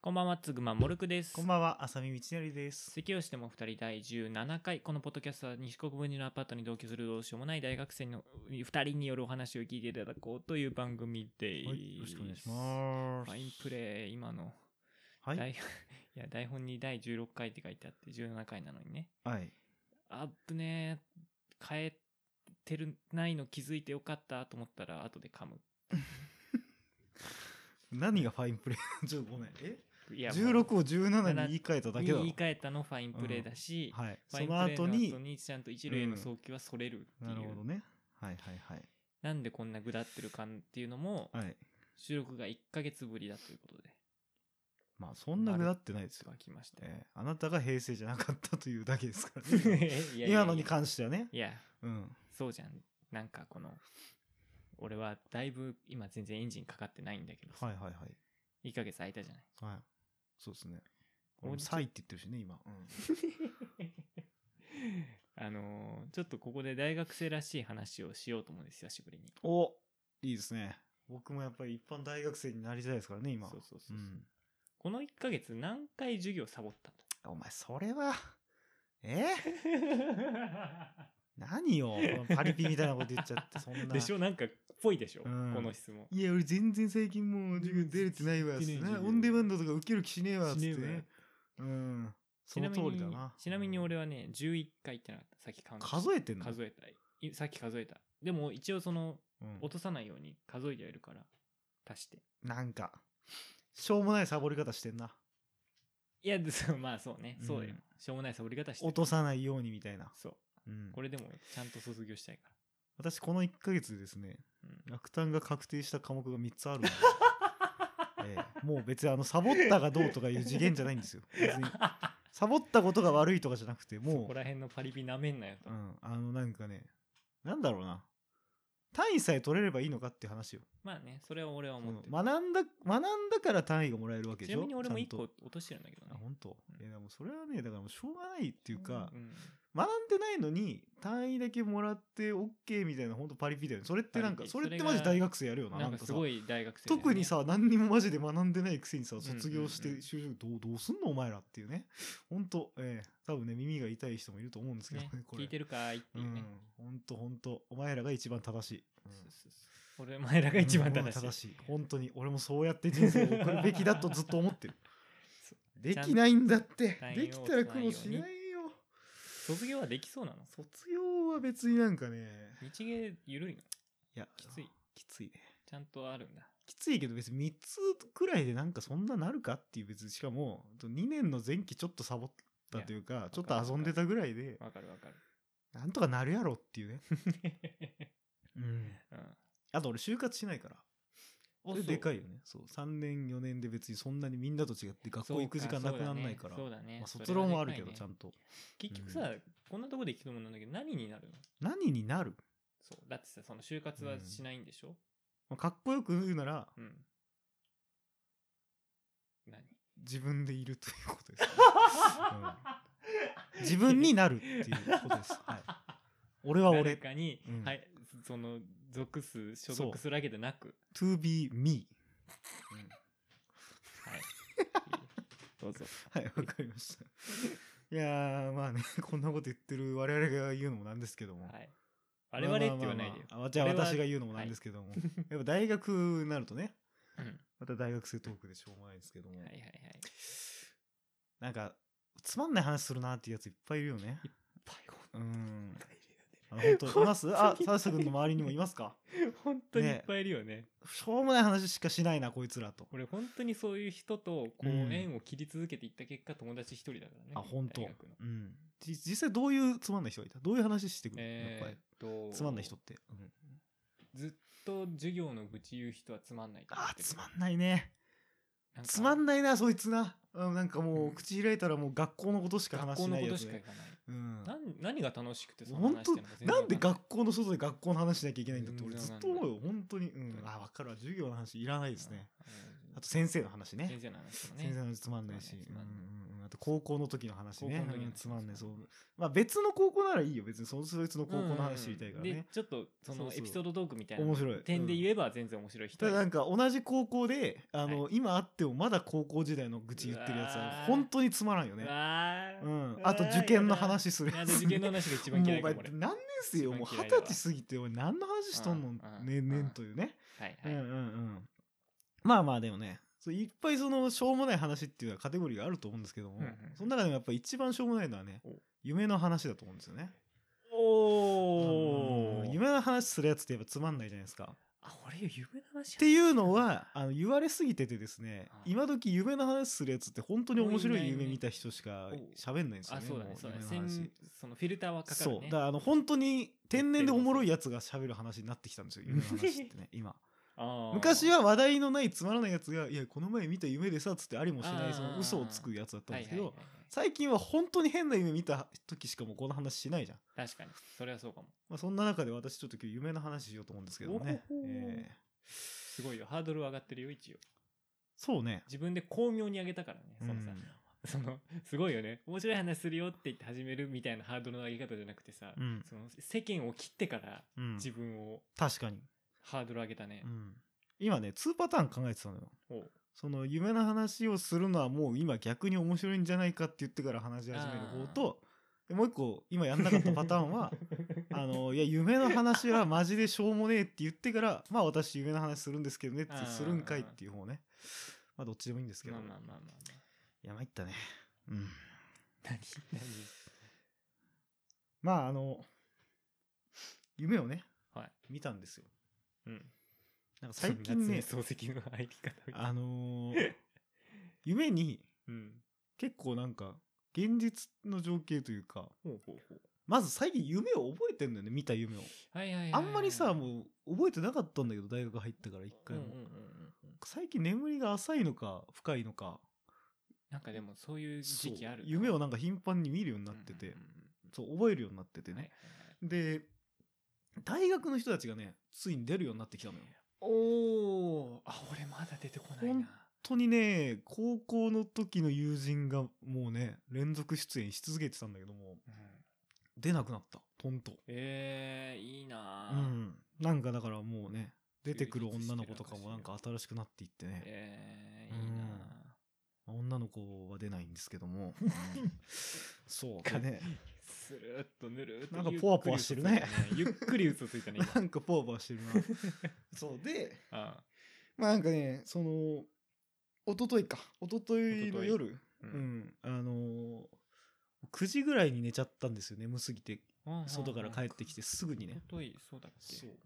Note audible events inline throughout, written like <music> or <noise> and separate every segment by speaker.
Speaker 1: こんばんは、つぐまもるくです。
Speaker 2: こんばんは、浅見道則です。
Speaker 1: 咳をしても二人第17回。このポッドキャストは西国分寺のアパートに同居するどうしようもない大学生の二人によるお話を聞いていただこうという番組です。
Speaker 2: はい、よろしくお願いしま
Speaker 1: フ
Speaker 2: す。
Speaker 1: ァインプレイ、今の。
Speaker 2: はい
Speaker 1: 台いや、台本に第16回って書いてあって、17回なのにね。
Speaker 2: はい。
Speaker 1: あっぶねー、変えてる、ないの気づいてよかったと思ったら、後で噛む。
Speaker 2: 何がファイン <laughs> プレーちょっとごめん。え
Speaker 1: いや、もう
Speaker 2: ?16 を17に言い換えただ
Speaker 1: に
Speaker 2: けだろ
Speaker 1: 言い換えたのファインプレーだし、
Speaker 2: はい。
Speaker 1: フ
Speaker 2: そ
Speaker 1: ァインプ
Speaker 2: の
Speaker 1: レー
Speaker 2: 後
Speaker 1: の
Speaker 2: に
Speaker 1: 後、にちゃんと一塁への送球はそれるっていう、
Speaker 2: なるほどね。はいはいはい。
Speaker 1: なんでこんなぐだってるかっていうのも
Speaker 2: はい。
Speaker 1: 収録が1ヶ月ぶりだということで
Speaker 2: まあ、そんなぐだってないですよ
Speaker 1: が。来ましたよ、
Speaker 2: えーあなたが平成じゃなかったというだけですからね。
Speaker 1: <laughs> いやいや
Speaker 2: 今のに関してはね。
Speaker 1: いや
Speaker 2: うん。
Speaker 1: そうじゃんなんかこの俺はだいぶ今全然エンジンかかってないんだけどさ、
Speaker 2: はいはいはい。
Speaker 1: 1ヶ月空いたじゃない <laughs>
Speaker 2: はい。そうですね。
Speaker 1: 俺も
Speaker 2: サイって言ってるしね、今。うん
Speaker 1: あのーちょっとここで大学生らしい話をしようと思うんです久しぶりに
Speaker 2: おいいですね。僕もやっぱり一般大学生になりたいですからね、今。
Speaker 1: そうそうそうそう、
Speaker 2: ん
Speaker 1: この1ヶ月何回授業サボったと
Speaker 2: お前、それは、え
Speaker 1: <laughs>
Speaker 2: 何よ、このパリピみたいなこと言っちゃって、そんな。
Speaker 1: でしょなんかっぽいでしょ、
Speaker 2: うん
Speaker 1: この質問
Speaker 2: いや、俺全然最近もう授業出れてないわ、
Speaker 1: 出てない
Speaker 2: つってな
Speaker 1: 授業
Speaker 2: オンデマンドとか受ける気しねえわ、つっ
Speaker 1: してねえわ
Speaker 2: ね。うん。そ
Speaker 1: ちな
Speaker 2: の
Speaker 1: み
Speaker 2: 通
Speaker 1: に
Speaker 2: りだな。
Speaker 1: ちなみに俺はね、11回行ってなかった。さっきカウント
Speaker 2: 数えてんの
Speaker 1: 数えた。いさっき数えた。でも一応その、
Speaker 2: うん
Speaker 1: 落とさないように数えてはいるから、足して。
Speaker 2: なんか、しょうもないサボり方してんな。
Speaker 1: いや、でそうまあそうね。
Speaker 2: うん
Speaker 1: そうだよ。しょうもないサボり方してる。
Speaker 2: 落とさないようにみたいな。
Speaker 1: そう。
Speaker 2: うん
Speaker 1: こ。れでもちゃんと卒業したいか
Speaker 2: 私、この1ヶ月でですね、
Speaker 1: ら。うん
Speaker 2: 落胆が確定した科目が3つあ
Speaker 1: <laughs>
Speaker 2: るんでええもう別にあのサボったがどうとかいう次元じゃないんですよ別にサボったことが悪いとかじゃなくて
Speaker 1: そ <laughs> こ
Speaker 2: もう、
Speaker 1: ら辺のパリピなめんなよと。
Speaker 2: うん、あのなんかねなんだろうな単位さえ取れればいいのかっていう話よ
Speaker 1: まあね、それは俺は
Speaker 2: そ
Speaker 1: 思
Speaker 2: の
Speaker 1: ってる。
Speaker 2: 学んだ学んだから単位がもらえるわけで
Speaker 1: ち
Speaker 2: し
Speaker 1: な
Speaker 2: ょ
Speaker 1: みに俺も
Speaker 2: ちゃん
Speaker 1: 1
Speaker 2: と
Speaker 1: 個落としてるんだけどね
Speaker 2: あ。本当、
Speaker 1: うん
Speaker 2: いやでもそれはねだからもうしょうがないっていうか、
Speaker 1: ん
Speaker 2: 学んでないのに単位だけもらって OK みたいな本当パリピだよねそれってなんか
Speaker 1: パリピ
Speaker 2: それって
Speaker 1: それが
Speaker 2: マジ大学生やるよな
Speaker 1: なん
Speaker 2: な
Speaker 1: か
Speaker 2: んか
Speaker 1: す
Speaker 2: さ
Speaker 1: ごい大学生だよね。
Speaker 2: 特にさ何にもマジで学んでないくせにさ
Speaker 1: んうんうん
Speaker 2: 卒業して就職どうどうすんのお前らっていうね <laughs> 本当ええ多分ね耳が痛い人もいると思うんですけどね
Speaker 1: ね、
Speaker 2: これ
Speaker 1: 聞いてるかーいって
Speaker 2: う
Speaker 1: いうんね。
Speaker 2: 本当本当お前らが一番正しい、うん
Speaker 1: そうそうそう俺、前らが一番
Speaker 2: お
Speaker 1: 正
Speaker 2: 前
Speaker 1: しい
Speaker 2: ら。本当に俺もそうやって人生を送るべきだとずっと思ってる
Speaker 1: <laughs> そ
Speaker 2: できないんだって
Speaker 1: ちゃんと
Speaker 2: できたら苦労しないよ
Speaker 1: 卒業はできそうなの
Speaker 2: 卒業は別になんかね
Speaker 1: 日芸ゆるいの
Speaker 2: いや
Speaker 1: きつい
Speaker 2: きついね
Speaker 1: ちゃんとあるんだ
Speaker 2: きついけど別に3つくらいでなんかそんななるかっていう別にしかも2年の前期ちょっとサボったというかちょっと遊んでたぐらいで
Speaker 1: わかるわかる
Speaker 2: なんとかなるやろっ
Speaker 1: <laughs>
Speaker 2: ていうね、うん、
Speaker 1: うん
Speaker 2: あと俺就活しないから
Speaker 1: お
Speaker 2: それでかい
Speaker 1: よ
Speaker 2: よねそう3年4年で別にそんなにみんなと違って学校行く時間なくならないから
Speaker 1: そうだね
Speaker 2: まあ、
Speaker 1: そうだね
Speaker 2: 卒論はあるけどち
Speaker 1: それ
Speaker 2: ゃ
Speaker 1: はでかいね
Speaker 2: んと
Speaker 1: 結局さこんなとこで聞くもんなんだけど何になるの
Speaker 2: 何になる
Speaker 1: そうだってさその就活はしないんでしょ
Speaker 2: まあかっこよく言うなら
Speaker 1: うん何
Speaker 2: 自分でいるということで
Speaker 1: <laughs>
Speaker 2: すね、うん自分になるっていうことです、はい、俺は
Speaker 1: 誰
Speaker 2: 俺
Speaker 1: かに
Speaker 2: うん
Speaker 1: はいその属す所
Speaker 2: そ
Speaker 1: 属
Speaker 2: う
Speaker 1: するわけでなく
Speaker 2: to be me <laughs>
Speaker 1: はいどうぞ
Speaker 2: はい、わかりました。いやー、まあね、こんなこと言ってる我々が言うのもなんですけども。
Speaker 1: はい我々って言わないでよ
Speaker 2: まあまあまああじゃあ
Speaker 1: 俺は
Speaker 2: 私が言うのもなんですけども。やっぱ大学になるとね、
Speaker 1: うん
Speaker 2: また大学生トークでしょうもないですけども。
Speaker 1: はいはいはい
Speaker 2: なんか、つまんない話するなっていうやついっぱいいるよね。
Speaker 1: パイ
Speaker 2: うーん。あ
Speaker 1: い
Speaker 2: 本
Speaker 1: る
Speaker 2: 当いますあ
Speaker 1: 本当に、いっぱい
Speaker 2: サス君の周りにもいますか
Speaker 1: <laughs> 本当にいっぱいいるよね
Speaker 2: しょうもない話しかしないな、こいつらと。
Speaker 1: 俺本当にそういう人とこう
Speaker 2: うん
Speaker 1: 縁を切り続けていった結果友達一人だからね
Speaker 2: あ、本当
Speaker 1: 大学の
Speaker 2: うん。じ実際どういうつまんない人がいたどういう話してくるやっぱ
Speaker 1: え
Speaker 2: り。
Speaker 1: ーっと
Speaker 2: つまんない人って。うん
Speaker 1: ずっと授業の愚痴言う人はつまんないと思って
Speaker 2: あー、
Speaker 1: る
Speaker 2: つまんないね。
Speaker 1: なか
Speaker 2: つまんないなそいつな、うん、なんかも
Speaker 1: うん
Speaker 2: う口開いたらもう学校のことしか
Speaker 1: 学
Speaker 2: 話
Speaker 1: 校
Speaker 2: し
Speaker 1: の
Speaker 2: ない
Speaker 1: こ
Speaker 2: や
Speaker 1: と
Speaker 2: つ、
Speaker 1: しか
Speaker 2: ね
Speaker 1: い、かない
Speaker 2: うん
Speaker 1: なん何が楽しくてその
Speaker 2: 本
Speaker 1: 話してるのか
Speaker 2: 当なんで
Speaker 1: 全然わか
Speaker 2: 学校の外で学校の話しなきゃいけないんだって
Speaker 1: 全
Speaker 2: 俺
Speaker 1: 然
Speaker 2: ず
Speaker 1: わ
Speaker 2: っ
Speaker 1: か
Speaker 2: と
Speaker 1: んない
Speaker 2: 思うよ本当に、うん
Speaker 1: う、ん
Speaker 2: あ分かるわ授業の話いらないですね
Speaker 1: うん
Speaker 2: あと先生の話
Speaker 1: うん
Speaker 2: ね
Speaker 1: 先生の話もね
Speaker 2: 先生の話つまんないし
Speaker 1: つまんないつまんない
Speaker 2: うんうんうんあと高校の時の話ね
Speaker 1: 高校の時の話
Speaker 2: うんつまんねえそうまあ別の高校ならいいよ別にそのそいつの高校の話知りたいから
Speaker 1: うんうんうん
Speaker 2: ね
Speaker 1: で、ちょっとそ
Speaker 2: そう
Speaker 1: の
Speaker 2: そう
Speaker 1: エピソードトークみたいな
Speaker 2: 面白い
Speaker 1: 点で
Speaker 2: うん
Speaker 1: 言えば全然面白い人
Speaker 2: ただな
Speaker 1: です
Speaker 2: んか同じ高校であの、今会ってもまだ高校時代の愚痴言ってるやつ
Speaker 1: う
Speaker 2: は
Speaker 1: わー
Speaker 2: 本当につまらんよ
Speaker 1: う
Speaker 2: ね
Speaker 1: わー
Speaker 2: うんあと受験の話する
Speaker 1: な
Speaker 2: や
Speaker 1: ん
Speaker 2: つ
Speaker 1: で受験の話が一番嫌いか
Speaker 2: <laughs> もう
Speaker 1: も
Speaker 2: お前
Speaker 1: 俺。
Speaker 2: 何年生よもう
Speaker 1: 一
Speaker 2: 二
Speaker 1: 番嫌い
Speaker 2: 十
Speaker 1: だわ
Speaker 2: 歳過ぎて俺何の話しとんの
Speaker 1: うんうん
Speaker 2: ねんね
Speaker 1: うんん
Speaker 2: というね
Speaker 1: はい
Speaker 2: うん
Speaker 1: は
Speaker 2: う
Speaker 1: い
Speaker 2: んうんまあまあでもねそういっぱいそのしょうもない話っていうのはカテゴリーがあると思うんですけども、
Speaker 1: うんうん
Speaker 2: その中でもやっぱ一番しょうもないのはね
Speaker 1: お
Speaker 2: 夢の話だと思うんですよね
Speaker 1: お
Speaker 2: うん
Speaker 1: ー。
Speaker 2: 夢の話するやつってやっぱつまんないじゃないですか
Speaker 1: あ、俺夢の話
Speaker 2: っていうのはあの言われすぎててですね
Speaker 1: ああ
Speaker 2: 今時夢の話するやつって本当に面白い夢見た人しか
Speaker 1: もういないね
Speaker 2: 喋んないんですよ
Speaker 1: あ、
Speaker 2: ね。
Speaker 1: そうだね
Speaker 2: も、
Speaker 1: そうだね。
Speaker 2: 夢の話
Speaker 1: 先そのフィルターはかか
Speaker 2: そ
Speaker 1: る
Speaker 2: うだ
Speaker 1: ね
Speaker 2: か。らあの本当に天然でおもろいやつが喋る話になってきたんですよ夢の話ってね今
Speaker 1: あー
Speaker 2: 昔は話題のないつまらないやつが「いやこの前見た夢でさ」っつってありもしな
Speaker 1: あ
Speaker 2: い
Speaker 1: あ
Speaker 2: その嘘をつくやつだったん
Speaker 1: は
Speaker 2: で
Speaker 1: いは
Speaker 2: すけ
Speaker 1: いは
Speaker 2: ど
Speaker 1: い
Speaker 2: 最近は本当に変な夢見た時しかもうこの話しないじゃん、
Speaker 1: 確かに。それはそうかも。
Speaker 2: まあ、そんな中で私ちょっと今日夢の話しようと思うんですけど
Speaker 1: お
Speaker 2: ね、
Speaker 1: ほほ
Speaker 2: えー
Speaker 1: すごいよ。ハードルは上がってるよ、一応。
Speaker 2: そうね
Speaker 1: 自分で巧妙に上げたからね。そのさ、
Speaker 2: うん
Speaker 1: その、すごいよね。面白い話するよって言って始めるみたいなハードルの上げ方じゃなくてさ、
Speaker 2: うん
Speaker 1: その世間を切ってから
Speaker 2: うん
Speaker 1: 自分を
Speaker 2: 確かに、
Speaker 1: ハードル上げたね
Speaker 2: う。ん、今ね2パターン考えてたのよ
Speaker 1: おう
Speaker 2: その夢の話をするのはもう今逆に面白いんじゃないかって言ってから話し始める方とでもう一個今やんなかったパターン
Speaker 1: <laughs>
Speaker 2: はあのいや夢の話はマジでしょうもねえって言ってからまあ私夢の話するんですけどねって
Speaker 1: あー
Speaker 2: するんかいっていう方ねまあどっちでもいいんですけど、
Speaker 1: まあまあまあまあまあ。
Speaker 2: <laughs> いや参ったねうん
Speaker 1: 何何
Speaker 2: まああの夢をね、
Speaker 1: はい
Speaker 2: 見たんですよ
Speaker 1: うん。
Speaker 2: なんか最近ね
Speaker 1: 夏目漱石の入り方みたいな <laughs>
Speaker 2: あのー夢に
Speaker 1: うん。
Speaker 2: 結構なんか現実の情景というか
Speaker 1: ほうほうほう。
Speaker 2: まず最近夢を覚えてんだよね見た夢を
Speaker 1: はいはいはい、
Speaker 2: あんまりさもう覚えてなかったんだけど大学入ってから一
Speaker 1: うん
Speaker 2: 回
Speaker 1: う
Speaker 2: も
Speaker 1: んうんうん。
Speaker 2: 最近眠りが浅いのか深いのか
Speaker 1: なんかでもそういう時期ある
Speaker 2: そう夢を
Speaker 1: な
Speaker 2: なんか頻繁に見るようになっててそう覚えるようになっててねで大学の人たちがねついに出るようになってきたのよ
Speaker 1: おおーあ俺まだ出てこないな
Speaker 2: 本当にね高校の時の友人がもうね連続出演し続けてたんだけども
Speaker 1: うん
Speaker 2: 出なくなったとんと
Speaker 1: えー、いいな
Speaker 2: う
Speaker 1: ー、
Speaker 2: んなんかだからもうね出てくる
Speaker 1: 充実して
Speaker 2: 女
Speaker 1: る
Speaker 2: の子とかもなんか新しくなっていってね、
Speaker 1: えー、いいなー
Speaker 2: まあ女の子は出ないんですけど <laughs> も、うんそうだね
Speaker 1: スルーっとぬるーっと
Speaker 2: なんかポワポワしてるね
Speaker 1: <laughs> ゆっくり嘘ついたねゆっくり嘘つ
Speaker 2: <laughs>
Speaker 1: いたね
Speaker 2: なんかポーバーしてる <laughs> なそうで
Speaker 1: 今あ
Speaker 2: まあなんかねその一昨日か一昨日の夜
Speaker 1: ーう
Speaker 2: うんんあのー9時ぐらいに寝ちゃったんですよ眠すぎて
Speaker 1: あー
Speaker 2: 外から帰ってき
Speaker 1: て
Speaker 2: てすぐにね
Speaker 1: おといそうだっけ
Speaker 2: そう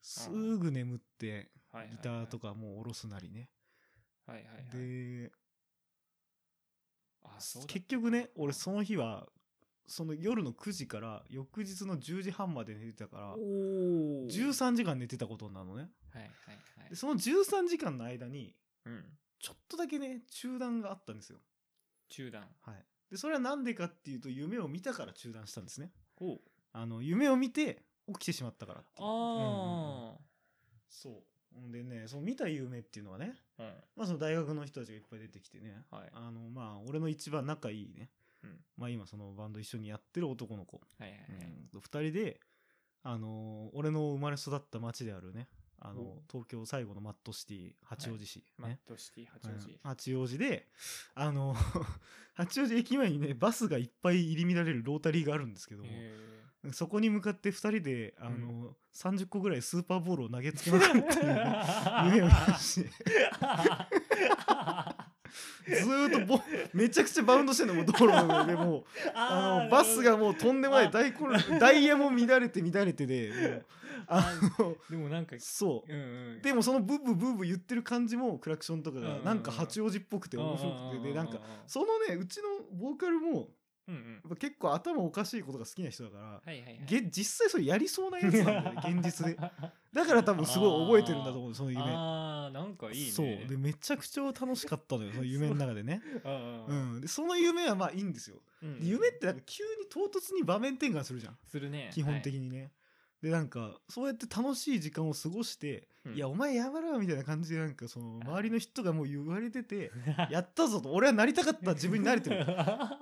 Speaker 2: すぐ眠って
Speaker 1: はいはいはい
Speaker 2: ギターとかもう下ろすなりね
Speaker 1: はいはいはい
Speaker 2: で
Speaker 1: あそうだ
Speaker 2: 結局ね俺その日はその夜の9時から翌日の10時半まで寝てたから
Speaker 1: おお
Speaker 2: 13時間寝てたことになるのね
Speaker 1: はいはいはい
Speaker 2: でその13時間の間に
Speaker 1: うん
Speaker 2: ちょっとだけね中断があったんですよ
Speaker 1: 中断
Speaker 2: はいでそれは何でかっていうと夢を見たから中断したんですね
Speaker 1: お
Speaker 2: あの夢を見て起きてしまったからっていううんうんうん
Speaker 1: あ
Speaker 2: そうほんでねその見た夢っていうのはね
Speaker 1: あ、うん
Speaker 2: まあその大学の人たちがいっぱい出てきてね
Speaker 1: はい
Speaker 2: あのまあ俺の一番仲いいね、
Speaker 1: うん
Speaker 2: まあ今そのバンド一緒にやってる男の子
Speaker 1: はいはいはい、
Speaker 2: うん、2人で、あのー俺の生まれ育った町であるね、あのー
Speaker 1: お
Speaker 2: 東京最後のマットシティ八王子市、
Speaker 1: マッ
Speaker 2: ね
Speaker 1: トシティ八
Speaker 2: う
Speaker 1: 王
Speaker 2: ん
Speaker 1: 子、
Speaker 2: 八王子で、あのー <laughs> 八王子駅前にねバスがいっぱい入り乱れるロータリーがあるんですけども、
Speaker 1: へ
Speaker 2: <laughs> そこに向かって2人で、あのー
Speaker 1: う
Speaker 2: 30個ぐらいスーパーボールを投げつけまくるっていうね
Speaker 1: <laughs>
Speaker 2: 夢を見ま
Speaker 1: ー
Speaker 2: してずーっとボめちゃくちゃバウンドしてんのもう道路の上
Speaker 1: <laughs>
Speaker 2: でもうあのバスがもうとんでもない
Speaker 1: あ
Speaker 2: 大混
Speaker 1: <laughs>
Speaker 2: 乱ダイヤも乱れて乱れてでもうあ
Speaker 1: あ
Speaker 2: の
Speaker 1: でもなんか
Speaker 2: そ
Speaker 1: うんうん
Speaker 2: うでもそのブーブーブーブー言ってる感じもクラクションとか
Speaker 1: うんうん
Speaker 2: が
Speaker 1: うん
Speaker 2: なんか八王子っぽくて面白くてでなんかそのねうちのボーカルも
Speaker 1: うんうん
Speaker 2: やっぱ結構頭おかしいことが好きな人だから
Speaker 1: はいはいはい
Speaker 2: げ実際それやりそうなやつなん
Speaker 1: <laughs>
Speaker 2: だよね現実で
Speaker 1: あ
Speaker 2: だから多分すごい覚えてるんだと思うその夢
Speaker 1: あーなんかいいね
Speaker 2: そうでめちゃくちゃ楽しかったのよその夢の中
Speaker 1: <laughs>
Speaker 2: でね、
Speaker 1: あー
Speaker 2: うん、でその夢はまあいいんですよ
Speaker 1: うんうん
Speaker 2: で夢ってなんか急に唐突に場面転換するじゃん
Speaker 1: するね
Speaker 2: 基本的
Speaker 1: に、
Speaker 2: にね、でなんかそうやって楽しい時間を過ごして、
Speaker 1: うん
Speaker 2: いやお前やめろよみたいな感じでなんかその
Speaker 1: あー
Speaker 2: 周りの人がもう言われてて
Speaker 1: <laughs>
Speaker 2: やったぞと俺はなりたかった自分になれてる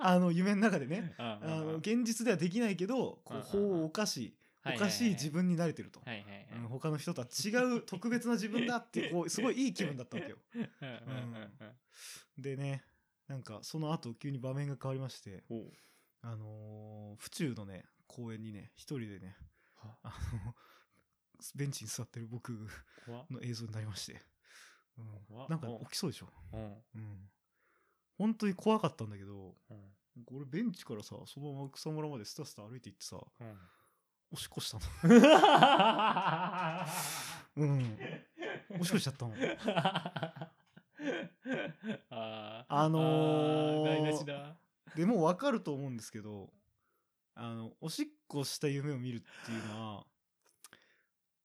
Speaker 2: あの夢の中
Speaker 1: <laughs>
Speaker 2: でねあの現実ではできないけどこ
Speaker 1: うん
Speaker 2: う法を犯しおかしい自分になれてると、
Speaker 1: はいはいはい
Speaker 2: うん他の人とは違う特別な自分だっ
Speaker 1: <laughs>
Speaker 2: てこうすごいいい気分だったわけよ
Speaker 1: うんうんうんうん
Speaker 2: でねなんかその後急に場面が変わりまして
Speaker 1: おう
Speaker 2: あのー府中のね公園にね一人でね
Speaker 1: は
Speaker 2: あのベンチに座ってる僕
Speaker 1: 怖っ
Speaker 2: の映像になりまして、うん
Speaker 1: 怖っ
Speaker 2: なんか
Speaker 1: うん
Speaker 2: 起きそうでしょ、
Speaker 1: うん
Speaker 2: うん、本当に怖かったんだけど
Speaker 1: うん
Speaker 2: 俺ベンチからさそのまま草むらまでスタスタ歩いて行ってさ
Speaker 1: うん
Speaker 2: <laughs> おしっこしたのうんおしっこしちゃったの
Speaker 1: あー
Speaker 2: あのー
Speaker 1: あー台無しだ
Speaker 2: でもう分かると思うんですけどあのおしっこした夢を見るっていうのは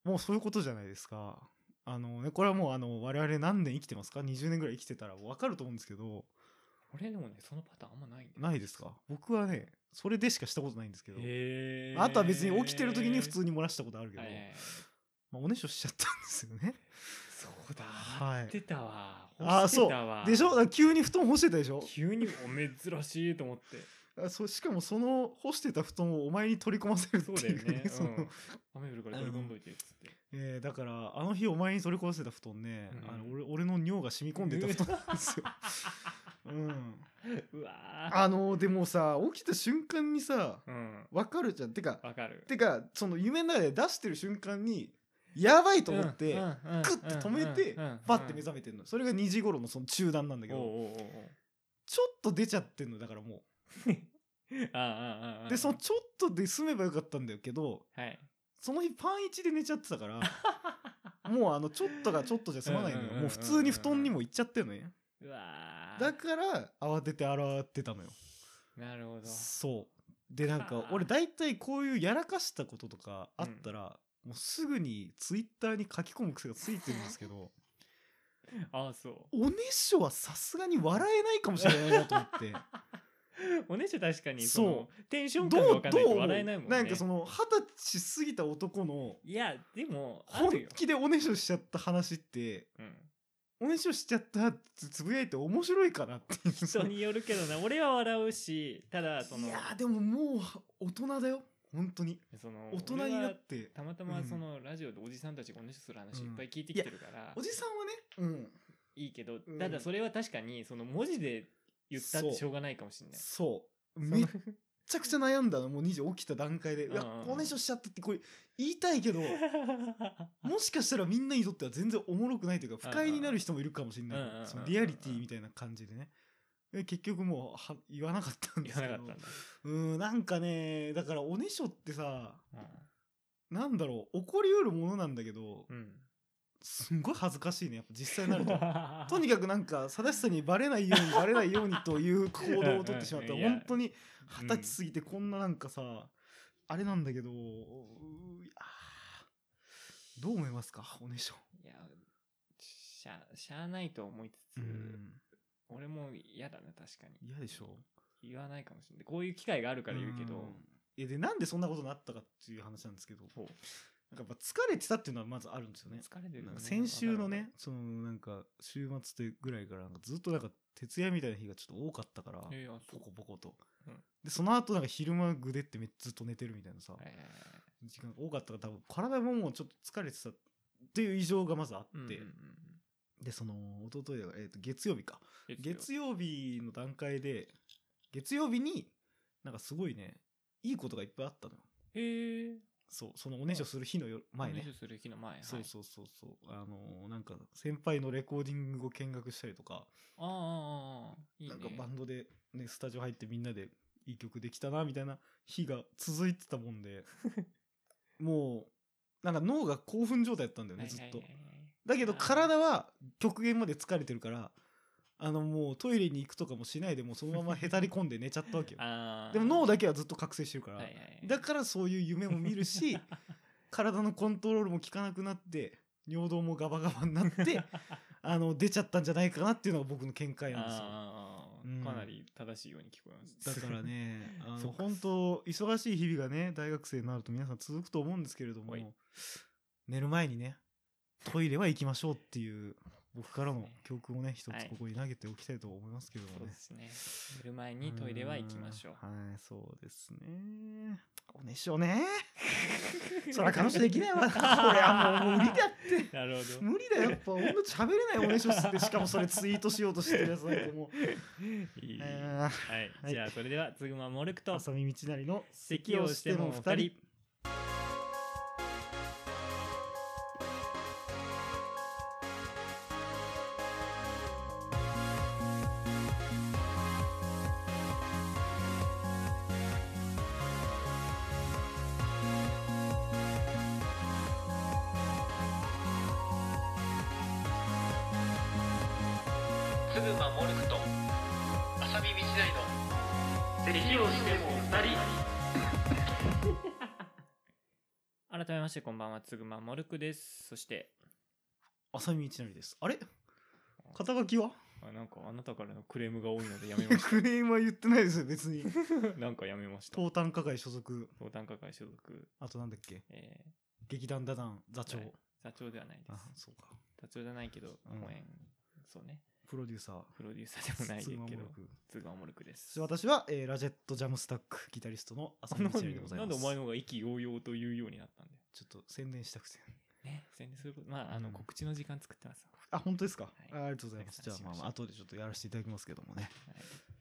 Speaker 2: もうそういうことじゃないですかあのねこれはもうあの我々何年生きてますか20年ぐらい生きてたら分かると思うんですけど
Speaker 1: 俺でもねそのパターンあんまないんだよ
Speaker 2: ないですか僕はねそれでしかしたことないんですけど
Speaker 1: へー
Speaker 2: あとは別に起きてる時に普通に漏らしたことあるけど、
Speaker 1: はいはいはい
Speaker 2: まあ、おねしょしちゃったんですよね
Speaker 1: そうだ
Speaker 2: はい
Speaker 1: 待ってたわ
Speaker 2: あー
Speaker 1: 干してたわ
Speaker 2: でしょだから急に布団干してたでしょ
Speaker 1: 急にお珍しいと思って
Speaker 2: あそうしかもその干してた布団をお前に取り込ませるって
Speaker 1: そうだ
Speaker 2: い
Speaker 1: よ
Speaker 2: <laughs> うね
Speaker 1: ね
Speaker 2: その
Speaker 1: うん雨降るから取り込んどいてっつって
Speaker 2: えーだからあの日お前に取り壊せた布団ね、
Speaker 1: うん
Speaker 2: あの俺俺の尿が染み込んでた布団なんですよ。 <laughs> うん、
Speaker 1: うわー
Speaker 2: あのでもさ起きた瞬間にさ
Speaker 1: うん
Speaker 2: 分かるじゃんてか
Speaker 1: わかる
Speaker 2: てかその夢の中で出してる瞬間にやばいと思って、
Speaker 1: うんうんうん
Speaker 2: クッて止めて、
Speaker 1: うんうんうん
Speaker 2: パッて目覚めてんのそれが2時頃のその中断なんだけど
Speaker 1: おうおうおう
Speaker 2: ちょっと出ちゃってんのだからも
Speaker 1: おうあーあーあーあ
Speaker 2: う
Speaker 1: ー
Speaker 2: でそのちょっとで済めばよかったんだけど
Speaker 1: はい
Speaker 2: その日パン一で寝ちゃってたから
Speaker 1: <laughs>
Speaker 2: もうあのちょっとがちょっとじゃ済まないの
Speaker 1: うんうん
Speaker 2: よ
Speaker 1: うんうん
Speaker 2: もう普通に布団にも行っちゃってるのね
Speaker 1: うわー
Speaker 2: だから慌てて洗ってたのよ
Speaker 1: なるほど
Speaker 2: そうでなん
Speaker 1: は
Speaker 2: か
Speaker 1: あ
Speaker 2: 俺大体こういうやらかしたこととかあったら、もうすぐにツイッターに書き込む癖がついてるんですけど
Speaker 1: ああそ
Speaker 2: おねしょはさすがに笑えないかもしれないなと思って
Speaker 1: <laughs> うおねしょ確かに
Speaker 2: そう
Speaker 1: そのテンション感が
Speaker 2: ど
Speaker 1: わ
Speaker 2: う
Speaker 1: かん
Speaker 2: ど
Speaker 1: ないうと
Speaker 2: 思う
Speaker 1: 笑えないもんね
Speaker 2: なんかその二十歳過ぎた男の
Speaker 1: いやでもあ
Speaker 2: 本
Speaker 1: るよ
Speaker 2: 気でおねしょしちゃった話って
Speaker 1: うん
Speaker 2: おねしょしちゃったってつぶやいて面白いかなっていう
Speaker 1: 人によるけどな俺は笑うしただその
Speaker 2: いやーでももう大人だよ本当に
Speaker 1: その
Speaker 2: 大人に
Speaker 1: 俺
Speaker 2: な
Speaker 1: は
Speaker 2: って
Speaker 1: たまたまそのラジオでおじさんたちがおねしょする話いっぱい聞いてきてるから、
Speaker 2: おじさんはねうん
Speaker 1: いいけど
Speaker 2: うん
Speaker 1: ただそれは確かにその文字で言ったっ
Speaker 2: そ
Speaker 1: て
Speaker 2: う
Speaker 1: しょうがないかもしれない
Speaker 2: そう
Speaker 1: その
Speaker 2: めっちゃくちゃ悩んだのもう2時起きた段階で「
Speaker 1: うん
Speaker 2: いやおねしょしちゃった」ってこれ言いたい
Speaker 1: <laughs>
Speaker 2: けど <laughs> もしかしたらみんなにとっては全然おもろくないというか不快になる人もいるかもしれ
Speaker 1: うんうんうん
Speaker 2: な
Speaker 1: うん
Speaker 2: いそのリアリティみたいな感じでねで結局もうは言わなかったんで
Speaker 1: 言
Speaker 2: す
Speaker 1: わな
Speaker 2: け
Speaker 1: かっ
Speaker 2: ど
Speaker 1: たんだ、
Speaker 2: うんなんかねだからおねしょってさ
Speaker 1: う
Speaker 2: なんだろう起こりうるものなんだけど
Speaker 1: ん
Speaker 2: すんごい恥ずかしいねやっぱ実際 <laughs> に
Speaker 1: <laughs>
Speaker 2: なると
Speaker 1: うん、
Speaker 2: とにかくなんか正しさにバレないようにバレないようにという行動をとってしまった
Speaker 1: うんうんいや
Speaker 2: 本当に
Speaker 1: うん
Speaker 2: 二十歳過ぎてこんななんかさ、あれなんだけどうーいやーどう思いますかおねしょ、
Speaker 1: いやしゃしゃあないと思いつつ、俺も嫌だな確かに
Speaker 2: 嫌でしょ
Speaker 1: 言わないかもしれないこういう機会があるから言うけど、
Speaker 2: んいやでなんでそんなことになったかっていう話なんですけど
Speaker 1: そう
Speaker 2: なんかやっぱ疲れてたっていうのはまずあるんですよね
Speaker 1: 疲れてるよね、
Speaker 2: なんか先週の
Speaker 1: わか
Speaker 2: ねそのなんか週末でぐらいからなんかずっとなんか徹夜みたいな日がちょっと多かったから
Speaker 1: るわかるいやいやそ
Speaker 2: ポ
Speaker 1: う
Speaker 2: コポコと、
Speaker 1: うん
Speaker 2: でその後なんか昼間ぐでってめっずっと寝てるみたいなさ、
Speaker 1: はいはいはい
Speaker 2: 時間が多かったから多分体ももうちょっと疲れてたっていう異常がまずあって、
Speaker 1: うんうんうん
Speaker 2: でその一昨日だから、えー、と月曜日か
Speaker 1: うん
Speaker 2: 月曜日の段階で月曜日になんかすごいねいいことがいっぱいあったのよ
Speaker 1: へー
Speaker 2: そうそのおねしょする日の夜前
Speaker 1: お
Speaker 2: ね
Speaker 1: ねしょする日の前、はい
Speaker 2: そうそうそうそうあのーなんか先輩のレコーディングを見学したりとか
Speaker 1: ああああああいい、ね、
Speaker 2: なんかバンドで、ね、スタジオ入ってみんなでいい曲できたなみたいな日が続いてたも
Speaker 1: <laughs>
Speaker 2: んでもうなんか脳が興奮状態だったんだよねずっと
Speaker 1: はいはいはいはい
Speaker 2: だけど
Speaker 1: あー
Speaker 2: 体は極限まで疲れてるからあのもうトイレに行くとかもしないでもうそのままへたり込んで寝ちゃったわけよ
Speaker 1: <laughs> あー
Speaker 2: でも脳だけはずっと覚醒してるから、
Speaker 1: はいはいはい
Speaker 2: だからそういう夢も見る
Speaker 1: <laughs>
Speaker 2: し体のコントロールも効かなくなって尿
Speaker 1: <laughs>
Speaker 2: 道もガバガバになってあの出ちゃったんじゃないかなっていうのが僕の見解なんですよ
Speaker 1: あー
Speaker 2: うん
Speaker 1: かなり正しいように聞こえます。
Speaker 2: だからね、あ
Speaker 1: そ
Speaker 2: の、
Speaker 1: っか
Speaker 2: 本当忙しい日々がね、大学生になると皆さん続くと思うんですけれども
Speaker 1: はい、
Speaker 2: 寝る前にね、トイレは行きましょうっていう、僕から
Speaker 1: そう
Speaker 2: の
Speaker 1: ですね
Speaker 2: 教訓をね、一つ
Speaker 1: はい
Speaker 2: ここに投げておきたいと思いますけれど
Speaker 1: そ
Speaker 2: も
Speaker 1: う
Speaker 2: ね
Speaker 1: で。すね。寝る前にトイレは行きましょう。
Speaker 2: ーんはい、そうですね。おねしょね。
Speaker 1: <laughs>
Speaker 2: <laughs> そら彼女できないわ。これはもう無理だって。
Speaker 1: なるほど。
Speaker 2: 無理だよ。やっぱ、ほんと喋れないおねしょっすって、しかもそれツイートしようとしてるやつなんて
Speaker 1: <laughs>
Speaker 2: もう。
Speaker 1: いい
Speaker 2: え
Speaker 1: はい、
Speaker 2: はい
Speaker 1: じゃあそれではつぐまもるく
Speaker 2: ー、
Speaker 1: と
Speaker 2: 浅見道成の
Speaker 1: 咳をしても二人。
Speaker 3: すぐまもるくと浅見道大の咳をしても二人
Speaker 1: 改めましてこんばんはつぐまもるくです。そして
Speaker 2: 浅見道成です。あれ肩書きは
Speaker 1: あなんかあなたからのクレームが多いのでやめまし
Speaker 2: <laughs> クレームは言ってないですよ、別
Speaker 1: <laughs>
Speaker 2: に。
Speaker 1: た。なんかやめました。
Speaker 2: 東端課会所属、
Speaker 1: 登壇課会所属、
Speaker 2: あとなんだっけ
Speaker 1: え
Speaker 2: 劇団ダダン座
Speaker 1: ー、
Speaker 2: 長。
Speaker 1: はい座長ではないです
Speaker 2: あ、。そうか。
Speaker 1: 座長じゃないけど、
Speaker 2: うん
Speaker 1: 応援、そうね、
Speaker 2: プロデューサー。
Speaker 1: プロデューサーでもない
Speaker 2: 筒間
Speaker 1: け
Speaker 2: も
Speaker 1: ど
Speaker 2: <laughs> ろ、く
Speaker 1: つぐまもるくです。
Speaker 2: そして私は、えーラジェットジャムスタックギタリストの浅見
Speaker 1: なん
Speaker 2: 道成
Speaker 1: で
Speaker 2: でございます。
Speaker 1: なんでお前の方が意気揚々と言うようになったんだよ。
Speaker 2: ちょっと宣伝したくて。
Speaker 1: ね、宣伝すること、まあ、あ
Speaker 2: う
Speaker 1: の、
Speaker 2: ん
Speaker 1: 告知の時間作ってます。
Speaker 2: あ、本当ですか、
Speaker 1: はい
Speaker 2: あありがとうございます。じゃあ、まあ、まあ、
Speaker 1: お
Speaker 2: 後でちょっとやらせていただきますけどもね。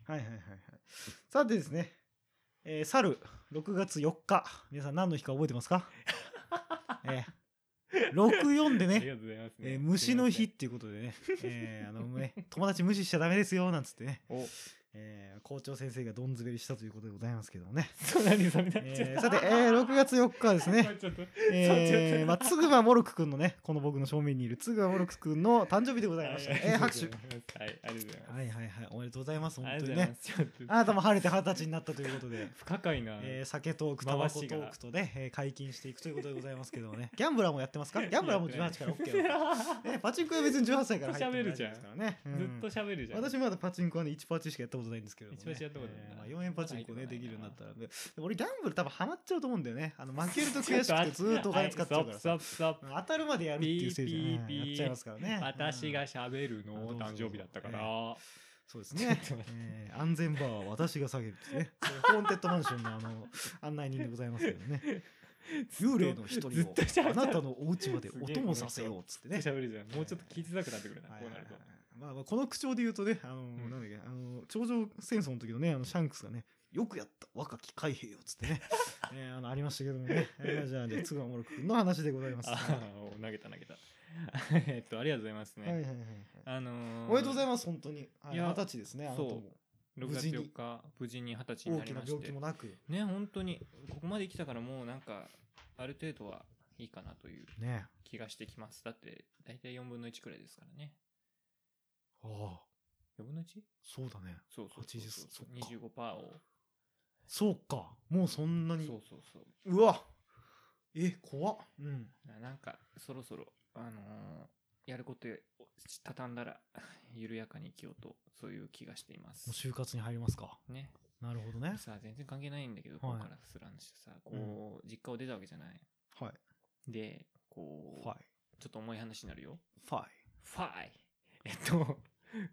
Speaker 1: はい
Speaker 2: はいはいはいはい。さてですね、えー、去る6月4日、皆さん何の日か覚えてます
Speaker 1: <laughs>
Speaker 2: かえー、64で
Speaker 1: あり
Speaker 2: ね、
Speaker 1: がとうございますね。
Speaker 2: えー虫の日っ
Speaker 1: す
Speaker 2: ていうことでね、えーあの
Speaker 1: <laughs>
Speaker 2: ね、友達無視しちゃダメですよ、なんつってね、
Speaker 1: いません。お、
Speaker 2: えー校長先生がどんずべりしたということでございますけども
Speaker 1: <laughs>
Speaker 2: ね。
Speaker 1: そうなんです、それなっちゃ
Speaker 2: え
Speaker 1: っ
Speaker 2: ー
Speaker 1: た
Speaker 2: さて、えー6月4日はですね、
Speaker 1: <laughs> ちょっと
Speaker 2: えー、まあ、つぐまもろくくんのね、この僕の正面にいるつぐまもろくくんの誕生日でございました。
Speaker 1: <laughs> はい
Speaker 2: えー、拍手。
Speaker 1: はい、ありがとうございます。
Speaker 2: はいはいはい、おめでとうございます、本
Speaker 1: ありが
Speaker 2: 当
Speaker 1: とう
Speaker 2: に
Speaker 1: ござい
Speaker 2: ね
Speaker 1: ま。す。ちょっと、
Speaker 2: あなたも晴れて二十歳になったということで
Speaker 1: 不可解な。
Speaker 2: えー、酒トーク、タバコトークとね、えー解禁していくということでございますけどもね。 <laughs> ギャンブラーもやってますかギャンブラーも18から OK だ。えーパチンコは別に18歳から入っても大丈夫ですからね。う
Speaker 1: ず
Speaker 2: ん
Speaker 1: っと喋るじゃん。
Speaker 2: 私まだパチンコはね1パチしかやったことないんですけれども、ね、
Speaker 1: 一パチやったことない
Speaker 2: えーまあ、4円パチンコ
Speaker 1: ま
Speaker 2: ね
Speaker 1: だ
Speaker 2: で
Speaker 1: 入
Speaker 2: き
Speaker 1: って
Speaker 2: るよう
Speaker 1: こなな
Speaker 2: にないったらででも俺ギャンブル多分ハマっちゃうと思うんだよねあの負けると
Speaker 1: ちょ
Speaker 2: 悔
Speaker 1: っ
Speaker 2: しく
Speaker 1: と
Speaker 2: てずーっとお金使ってるからさ、
Speaker 1: はいストップストップストップ
Speaker 2: 当たるまでやるっていうせいじゃん
Speaker 1: ピーピーピー
Speaker 2: やっちゃいますからね
Speaker 1: 私が
Speaker 2: うん
Speaker 1: 喋る
Speaker 2: あどう
Speaker 1: の
Speaker 2: ぞどう
Speaker 1: 誕
Speaker 2: ぞ
Speaker 1: 生日だったから。
Speaker 2: え
Speaker 1: は
Speaker 2: そうですね
Speaker 1: ちょっと待、
Speaker 2: えー安全バーは私が下げるです
Speaker 1: <laughs>
Speaker 2: ねホーンテッドマンションのあの案内人でございますけどね幽霊の一人
Speaker 1: ずっと喋って
Speaker 2: を
Speaker 1: た
Speaker 2: あなたのお家までお供させようっつってね
Speaker 1: 喋るじゃん。もうちょっと聞きづらくなってくるな。こ
Speaker 2: はいうはい
Speaker 1: な
Speaker 2: はい
Speaker 1: ると。
Speaker 2: まあ、まあこの口調で言うとね、あのー
Speaker 1: うん
Speaker 2: なんだっけ、あのー頂上戦争の時のね、あのシャンクスがね、よくやった、若き海兵よっつ <laughs> ってね、えーあのありましたけどもね、えーじゃあ、じゃあ、津川もろくんの話でございます。
Speaker 1: あ
Speaker 2: <laughs> はい
Speaker 1: ー投げた投げた。 <laughs> えっと、ありがとうございます
Speaker 2: はいはい
Speaker 1: ね。
Speaker 2: はい。
Speaker 1: あの
Speaker 2: おめでとうござい
Speaker 1: ま
Speaker 2: ます、本当に。はい
Speaker 1: いや
Speaker 2: 二十歳ですね、あなた
Speaker 1: そう
Speaker 2: も。
Speaker 1: す。6
Speaker 2: 無
Speaker 1: 月
Speaker 2: 事に
Speaker 1: 4日、無事に二十歳に
Speaker 2: 大
Speaker 1: なり
Speaker 2: きな
Speaker 1: まし
Speaker 2: 病気
Speaker 1: て
Speaker 2: も。なく。
Speaker 1: ね、本当に、ここまで来たからもうなんか、ある程度はいいかなという
Speaker 2: ね
Speaker 1: 気がしてきます。だって、大体4分の1くらいですからね。
Speaker 2: ああ、
Speaker 1: 4分の 1?
Speaker 2: そうだね。
Speaker 1: そうそうそうそう
Speaker 2: 80そっか
Speaker 1: 25%を。
Speaker 2: そうか、もうそんなに。
Speaker 1: そうそうそう。
Speaker 2: うわえ、怖っ。うん。
Speaker 1: ななんかそろそろあのーやることを畳んだら緩やかに生きようとそういう気がしています
Speaker 2: もう就活に入りますか。
Speaker 1: ね
Speaker 2: なるほどね。
Speaker 1: さあ全然関係ないんだけど、
Speaker 2: はい
Speaker 1: 今からすらんしてさこう、実家を出たわけじゃない
Speaker 2: はい。
Speaker 1: でこう、
Speaker 2: はい。
Speaker 1: ちょっと重い話になるよ
Speaker 2: はい。
Speaker 1: ファイえっと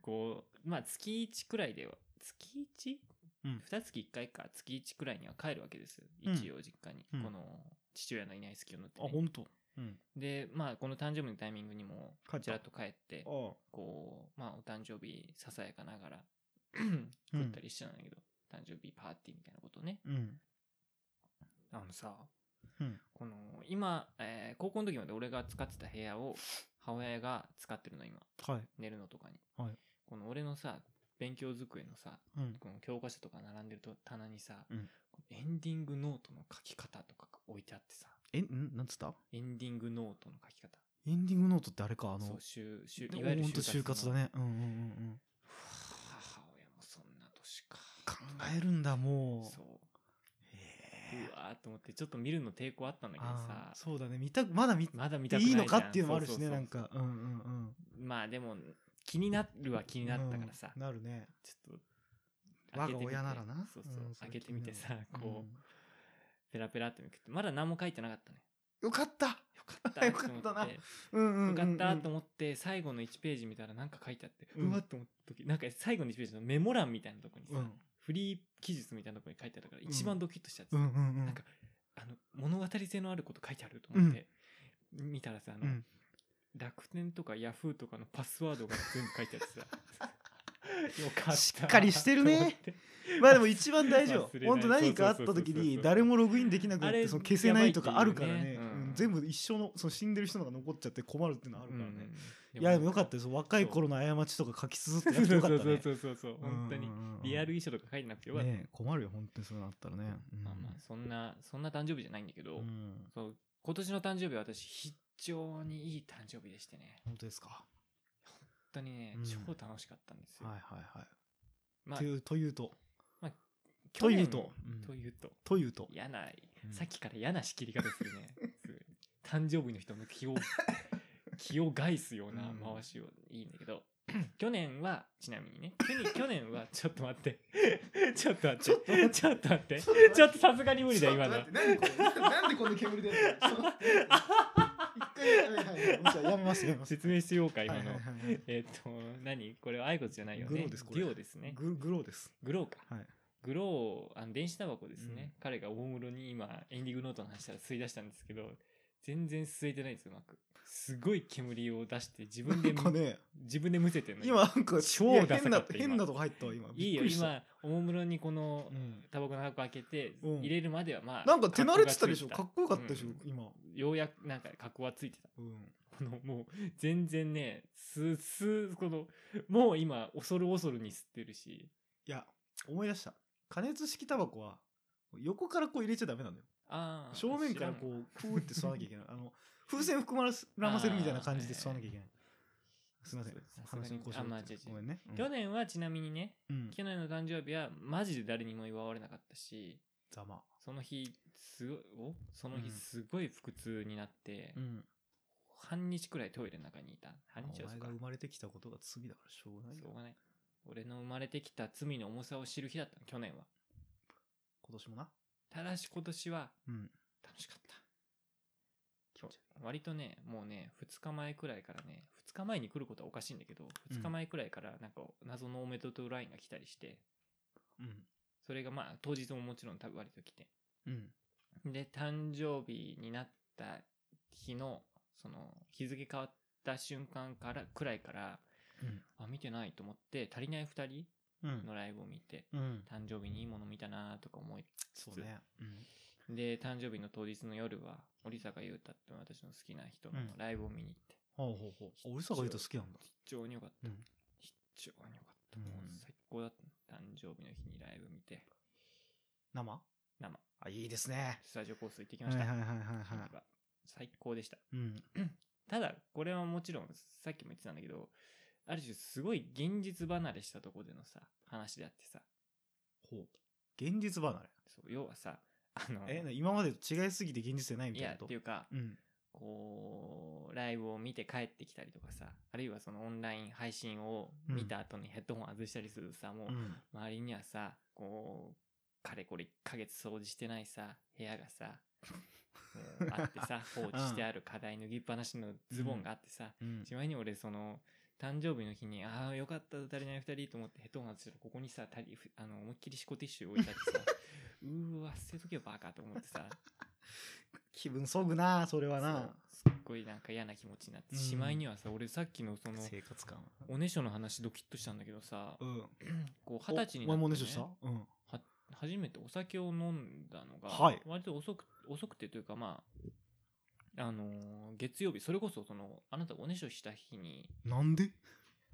Speaker 1: こうまあ月1くらいでは月 1?
Speaker 2: うん
Speaker 1: 2月1回か月1くらいには帰るわけです
Speaker 2: うん
Speaker 1: 一応実家に、
Speaker 2: うん
Speaker 1: この父親のいない隙を縫って、
Speaker 2: あ、
Speaker 1: ね
Speaker 2: 本当。うん。
Speaker 1: でまあこの誕生日のタイミングにも
Speaker 2: 帰った
Speaker 1: ちらっと帰って
Speaker 2: ああ。
Speaker 1: こう、まあ、お誕生日ささやかながら食ったりしてたんだけど、誕生日パーティーみたいなことね。
Speaker 2: うん。
Speaker 1: あのさ、
Speaker 2: うん
Speaker 1: この、今、えー高校の時まで俺が使ってた部屋を、母親が使ってるの、今。
Speaker 2: はい。
Speaker 1: 寝るのとかに。
Speaker 2: はい
Speaker 1: この俺のさ、勉強机のさ、
Speaker 2: うん。
Speaker 1: この教科書とか並んでると棚にさ、
Speaker 2: うん
Speaker 1: エンディングノートの書き方とかが置いてあってさ、
Speaker 2: え、んなんつった
Speaker 1: エンディングノートの書き方。
Speaker 2: エンディングノートってあれか、あ
Speaker 1: そ
Speaker 2: の
Speaker 1: う、、就就
Speaker 2: で
Speaker 1: いわゆる
Speaker 2: ほんと就活だ
Speaker 1: の。
Speaker 2: ね。うんうんうんうん。
Speaker 1: 母親もそんな年か。
Speaker 2: 考えるんだ、もう。
Speaker 1: そう。
Speaker 2: へ
Speaker 1: うわーと思って、ちょっと見るの抵抗あったんだけど
Speaker 2: あ
Speaker 1: さ
Speaker 2: ー、そうだね。見た、まだ見
Speaker 1: まだ見た
Speaker 2: て
Speaker 1: くないじ
Speaker 2: い
Speaker 1: ゃ
Speaker 2: い
Speaker 1: ん
Speaker 2: のかっていうのもあるし
Speaker 1: そうそう
Speaker 2: ね、
Speaker 1: そう
Speaker 2: なんか。うんうんうん。
Speaker 1: まあでも、気になるは気になったからさ、
Speaker 2: うんなるね。
Speaker 1: ちょっと開
Speaker 2: 我
Speaker 1: け
Speaker 2: が
Speaker 1: てみて
Speaker 2: 親ならな
Speaker 1: そうそう、
Speaker 2: うんそれ
Speaker 1: 開けてみてさ
Speaker 2: 気になる
Speaker 1: こう、
Speaker 2: うん
Speaker 1: ペラペラってめくってまだ何も書いてなかったね
Speaker 2: よかった
Speaker 1: よかった
Speaker 2: <laughs> よかったな
Speaker 1: と思て
Speaker 2: うんうんうんうん
Speaker 1: よかったと思って最後の1ページ見たらなんか書いてあって、
Speaker 2: う
Speaker 1: うんわっと思った時なんか最後の1ページのメモ欄みたいなとこにさ、
Speaker 2: うん
Speaker 1: フリー記述みたいなとこに書いてあったから
Speaker 2: ん
Speaker 1: 一番ドキッとしちゃって、
Speaker 2: うんうんうん
Speaker 1: なんかあの物語性のあること書いてあると思って、見たらさあの、
Speaker 2: うん
Speaker 1: 楽天とかヤフーとかのパスワードが全部書いてあ
Speaker 2: <laughs>
Speaker 1: ってさよかった
Speaker 2: しっかりしてるね
Speaker 1: と思って <laughs>
Speaker 2: まあでも一番大事よ
Speaker 1: 忘れない
Speaker 2: 本当何かあった時
Speaker 1: そうそうそうそう
Speaker 2: に
Speaker 1: そう
Speaker 2: 誰もログインできなくなっ
Speaker 1: あれ
Speaker 2: てその消せないとかあるか
Speaker 1: や
Speaker 2: ら
Speaker 1: ばいっ
Speaker 2: ね
Speaker 1: ていうねうん
Speaker 2: うん全部一生のその死んでる人のが残っちゃって困るっていうのはある
Speaker 1: う
Speaker 2: からね、
Speaker 1: ん
Speaker 2: いやでもよかったです若い頃の過ちとか書き綴ってなくてよかったね
Speaker 1: そうそうそうそうそう本当に
Speaker 2: うんうんうん
Speaker 1: リアル遺書とか書いてなくてよかった、
Speaker 2: ねえ困るよ本当にそうなったらね、うん
Speaker 1: まあまあそんなそんな誕生日じゃないんだけど、
Speaker 2: うん
Speaker 1: そう今年の誕生日は私非常にいい誕生日でしてね
Speaker 2: 本当ですか
Speaker 1: 本当にね、
Speaker 2: うん
Speaker 1: 超楽しかったんですよ、
Speaker 2: はいはいはい、
Speaker 1: まあ
Speaker 2: というというと
Speaker 1: 去年も
Speaker 2: というとうん
Speaker 1: というと
Speaker 2: というと
Speaker 1: 嫌な、
Speaker 2: うん
Speaker 1: さっきから嫌な仕切り方する
Speaker 2: <laughs>
Speaker 1: ねすごい誕生日の人の気を気を害すような回しを、いいんだけど <clears throat> 去年はちなみにね去年去年はちょっと待っ
Speaker 2: <laughs>
Speaker 1: てちょっと待ってちょっと待って <laughs> ちょっとさすがに無理だよ今のは
Speaker 2: なんでこん
Speaker 1: <laughs>
Speaker 2: な煙出るの一回やめますやめます
Speaker 1: 説明しようか今の、
Speaker 2: はいはいはいはい
Speaker 1: えっ、と何これはアイコスじゃないよね
Speaker 2: グローですこれ
Speaker 1: デュオですね
Speaker 2: ググローです
Speaker 1: グローか
Speaker 2: はい
Speaker 1: グローあの電子タバコですね、
Speaker 2: うん
Speaker 1: 彼が大室に今エンディングノートの話したら吸い出したんですけど全然吸えてないですうまくすごい煙を出して自分
Speaker 2: な
Speaker 1: で
Speaker 2: んかね
Speaker 1: 自分でむせてるの
Speaker 2: 今なんか
Speaker 1: 超
Speaker 2: いや
Speaker 1: ダサ
Speaker 2: 変
Speaker 1: か
Speaker 2: な
Speaker 1: った今
Speaker 2: 変なとこ入ったわ今
Speaker 1: いい
Speaker 2: びっ
Speaker 1: よ
Speaker 2: くりした
Speaker 1: 今大室にこの
Speaker 2: うん
Speaker 1: タバコの箱開けて
Speaker 2: うん
Speaker 1: 入れるまではまあ、
Speaker 2: なんか手慣れてたでしょか
Speaker 1: 格
Speaker 2: っこよかったでしょ
Speaker 1: うん
Speaker 2: 今
Speaker 1: ようやくなんか格好はついてた
Speaker 2: うん
Speaker 1: このもう全然ねすすこのもう今恐る恐るに吸ってるし
Speaker 2: いや思い出した加熱式タバコは横からこう入れちゃダメなのよ
Speaker 1: あー
Speaker 2: 正面か
Speaker 1: 知ら
Speaker 2: ら
Speaker 1: ん
Speaker 2: こうクーって吸わなきゃいけない
Speaker 1: <laughs>
Speaker 2: あの風船含まらす膨らませるみたいな感じで吸わなきゃいけないすいません
Speaker 1: そうさすがに
Speaker 2: 話の故
Speaker 1: あまあ違
Speaker 2: 障
Speaker 1: う違う
Speaker 2: ごめんねうん
Speaker 1: 去年はちなみにね
Speaker 2: うん
Speaker 1: 去年の誕生日はマジで誰にも祝われなかったし
Speaker 2: ざま
Speaker 1: その日すごいおその
Speaker 2: う
Speaker 1: 日
Speaker 2: ん
Speaker 1: すごい腹痛になって、
Speaker 2: うん
Speaker 1: 半日くらいトイレの中にいた
Speaker 2: お
Speaker 1: 半日はそ
Speaker 2: 前
Speaker 1: うか
Speaker 2: が生まれてきたことが罪だからしょうがない
Speaker 1: し
Speaker 2: よ
Speaker 1: ょうがない俺の生まれてきた罪の重さを知る日だったの去年は
Speaker 2: 今年もな
Speaker 1: ただし今年は
Speaker 2: うん
Speaker 1: 楽しかった割とねもうね2日前くらいからね2日前に来ることはおかしいんだけど
Speaker 2: うん
Speaker 1: 2日前くらいからなんか謎のおめでとうラインが来たりして
Speaker 2: うん
Speaker 1: それがまあ当日ももちろん多分割と来て
Speaker 2: うん
Speaker 1: で誕生日になった日のその日付変わった瞬間からくらいから
Speaker 2: うん
Speaker 1: あ見てないと思って足りない2人
Speaker 2: うん
Speaker 1: のライブを見て
Speaker 2: うん
Speaker 1: 誕生日にいいもの見たなとか思い
Speaker 2: そうねうん
Speaker 1: で誕生日の当日の夜は織坂優太って私の好きな人の
Speaker 2: うん
Speaker 1: ライブを見に行って
Speaker 2: ほうほうほうあ俺さが言うと好きなんだ
Speaker 1: 非常に良かった、
Speaker 2: うん
Speaker 1: 非常に良かった、もう
Speaker 2: うん
Speaker 1: 最高だった誕生日の日にライブ見て
Speaker 2: 生
Speaker 1: 生
Speaker 2: あいいですね
Speaker 1: スタジオコース行ってき
Speaker 2: は
Speaker 1: ま
Speaker 2: い
Speaker 1: した、
Speaker 2: はいはいはい
Speaker 1: その
Speaker 2: は
Speaker 1: 日は最高でした
Speaker 2: いうん
Speaker 1: ただこれはもちろんさっきも言ってたんだけどある種すごい現実離れしたとこでのさ話であってさ
Speaker 2: ほう現実離れ
Speaker 1: そう要はさあの
Speaker 2: え今までと違いすぎて現実じゃないみ
Speaker 1: い
Speaker 2: たいな
Speaker 1: や
Speaker 2: こと
Speaker 1: っていうか
Speaker 2: うん
Speaker 1: こうライブを見て帰ってきたりとかさあるいはそのオンライン配信を見た後にヘッドホン外したりするとさ、もう
Speaker 2: うん
Speaker 1: 周りにはさこうかれこれ1ヶ月掃除してないさ部屋がさもうあって
Speaker 2: <laughs>
Speaker 1: さ放置してある課題脱ぎっぱなしのズボンがあってさ、
Speaker 2: うん
Speaker 1: しまいに俺その誕生日の日にああよかった足りない2人と思ってヘッドホン外したらここにさ足りあの思いっきりシコティッシュ置いてあ
Speaker 2: <laughs>
Speaker 1: ってさうーわ捨てとけばバカと思ってさ
Speaker 2: 気分そぐなそれはな
Speaker 1: そうすっごいなんか嫌な気持ちになって、しまいにはさ俺さっきのその
Speaker 2: 生活感
Speaker 1: おねしょの話ドキッとしたんだけどさ
Speaker 2: うん
Speaker 1: こう二十歳に
Speaker 2: お
Speaker 1: な
Speaker 2: お
Speaker 1: って、
Speaker 2: 前も
Speaker 1: ね、
Speaker 2: ねしょしたうん
Speaker 1: は初めてお酒を飲んだのが、
Speaker 2: はい
Speaker 1: 割と遅く遅くてというかまああのー月曜日それこそそのあなたがおねしょした日に
Speaker 2: なんで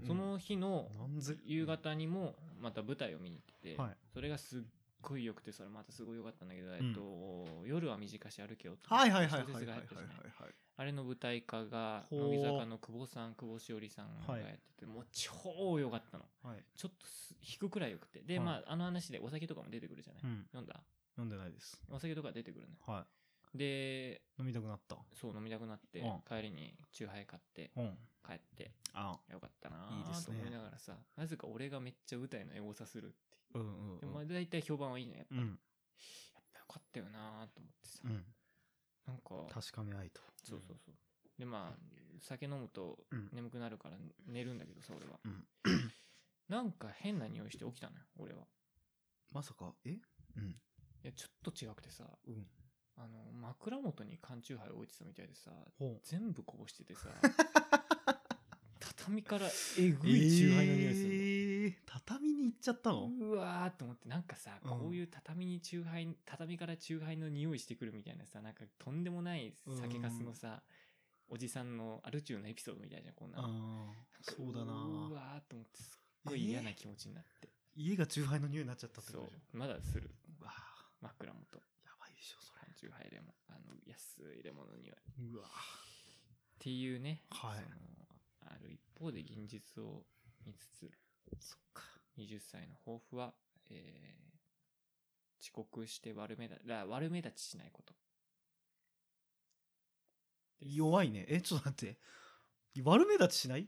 Speaker 1: その日の
Speaker 2: うんなんぜ
Speaker 1: 夕方にもまた舞台を見に行ってて、
Speaker 2: はい
Speaker 1: それがすっごい良くてそれまたすごい良かったんだけど、
Speaker 2: ん
Speaker 1: えっと、夜は短し歩けよって
Speaker 2: はいはいはい
Speaker 1: 小
Speaker 2: はいは
Speaker 1: 説が
Speaker 2: いは
Speaker 1: 入
Speaker 2: い
Speaker 1: っ
Speaker 2: は
Speaker 1: てたじゃない
Speaker 2: い
Speaker 1: あれの舞台化が
Speaker 2: ほう
Speaker 1: 乃木坂の久保さん久保しおりさんが
Speaker 2: はい
Speaker 1: やってて、もう超良かったの
Speaker 2: はい
Speaker 1: ちょっとす引くくらい良くてで、
Speaker 2: はい
Speaker 1: まああの話でお酒とかも出てくるじゃない、
Speaker 2: うん
Speaker 1: 飲んだ
Speaker 2: 飲んでないです
Speaker 1: お酒とか出てくるね
Speaker 2: は
Speaker 1: で
Speaker 2: い飲みたくなった
Speaker 1: そう飲みたくなって、
Speaker 2: うん
Speaker 1: 帰りにチューハイ買って
Speaker 2: うん
Speaker 1: 帰って
Speaker 2: あ
Speaker 1: よかったない
Speaker 2: いで
Speaker 1: ー
Speaker 2: す
Speaker 1: と
Speaker 2: ね
Speaker 1: 思いながらさなぜか俺がめっちゃ歌いのエゴサするっていう
Speaker 2: うんうん
Speaker 1: でも
Speaker 2: う
Speaker 1: まあ
Speaker 2: ん
Speaker 1: 大体評判はいいのやっぱ
Speaker 2: う
Speaker 1: り、
Speaker 2: ん
Speaker 1: やっぱよかったよなーと思ってさ、
Speaker 2: うん
Speaker 1: なんか
Speaker 2: 確かめ合いと
Speaker 1: そうそうそうでまあ酒飲むと
Speaker 2: うん
Speaker 1: 眠くなるから寝るんだけどさ俺は、
Speaker 2: うん
Speaker 1: <clears throat> なんか変な匂いして起きたのよ俺は
Speaker 2: まさかえうん
Speaker 1: いやちょっと違くてさ
Speaker 2: うん
Speaker 1: あの枕元に缶チューハイ置いてたみたいでさ
Speaker 2: ほ
Speaker 1: 全部こぼしてて
Speaker 2: <laughs>
Speaker 1: さ畳からえぐいチューハイの匂いするの、
Speaker 2: えー畳に行っちゃったの
Speaker 1: <laughs> うわーと思ってなんかさ、
Speaker 2: うん
Speaker 1: こういう畳にチューハイ畳からチューハイの匂いしてくるみたいなさなんかとんでもない酒粕のさ、おじさんのアルチューのエピソードみたいじゃんこんな
Speaker 2: あ
Speaker 1: の
Speaker 2: あそうだ
Speaker 1: う
Speaker 2: な
Speaker 1: わーと思ってすっごい嫌な気持ちになって、
Speaker 2: 家がチューハイの匂いになっちゃったって
Speaker 1: そ
Speaker 2: こ
Speaker 1: う
Speaker 2: とでしょ
Speaker 1: まだする
Speaker 2: うわあ
Speaker 1: 枕元
Speaker 2: やばいでしょそれ
Speaker 1: 缶チューハイレモンあの安いレモンの匂いっ
Speaker 2: うわ
Speaker 1: ていうね、
Speaker 2: はい
Speaker 1: そのある一方で現実を見つつ
Speaker 2: そっか
Speaker 1: 20歳の抱負は、えー遅刻して悪目だら悪目立ちしないことです
Speaker 2: 弱いねえちょっと待って悪目立ちしない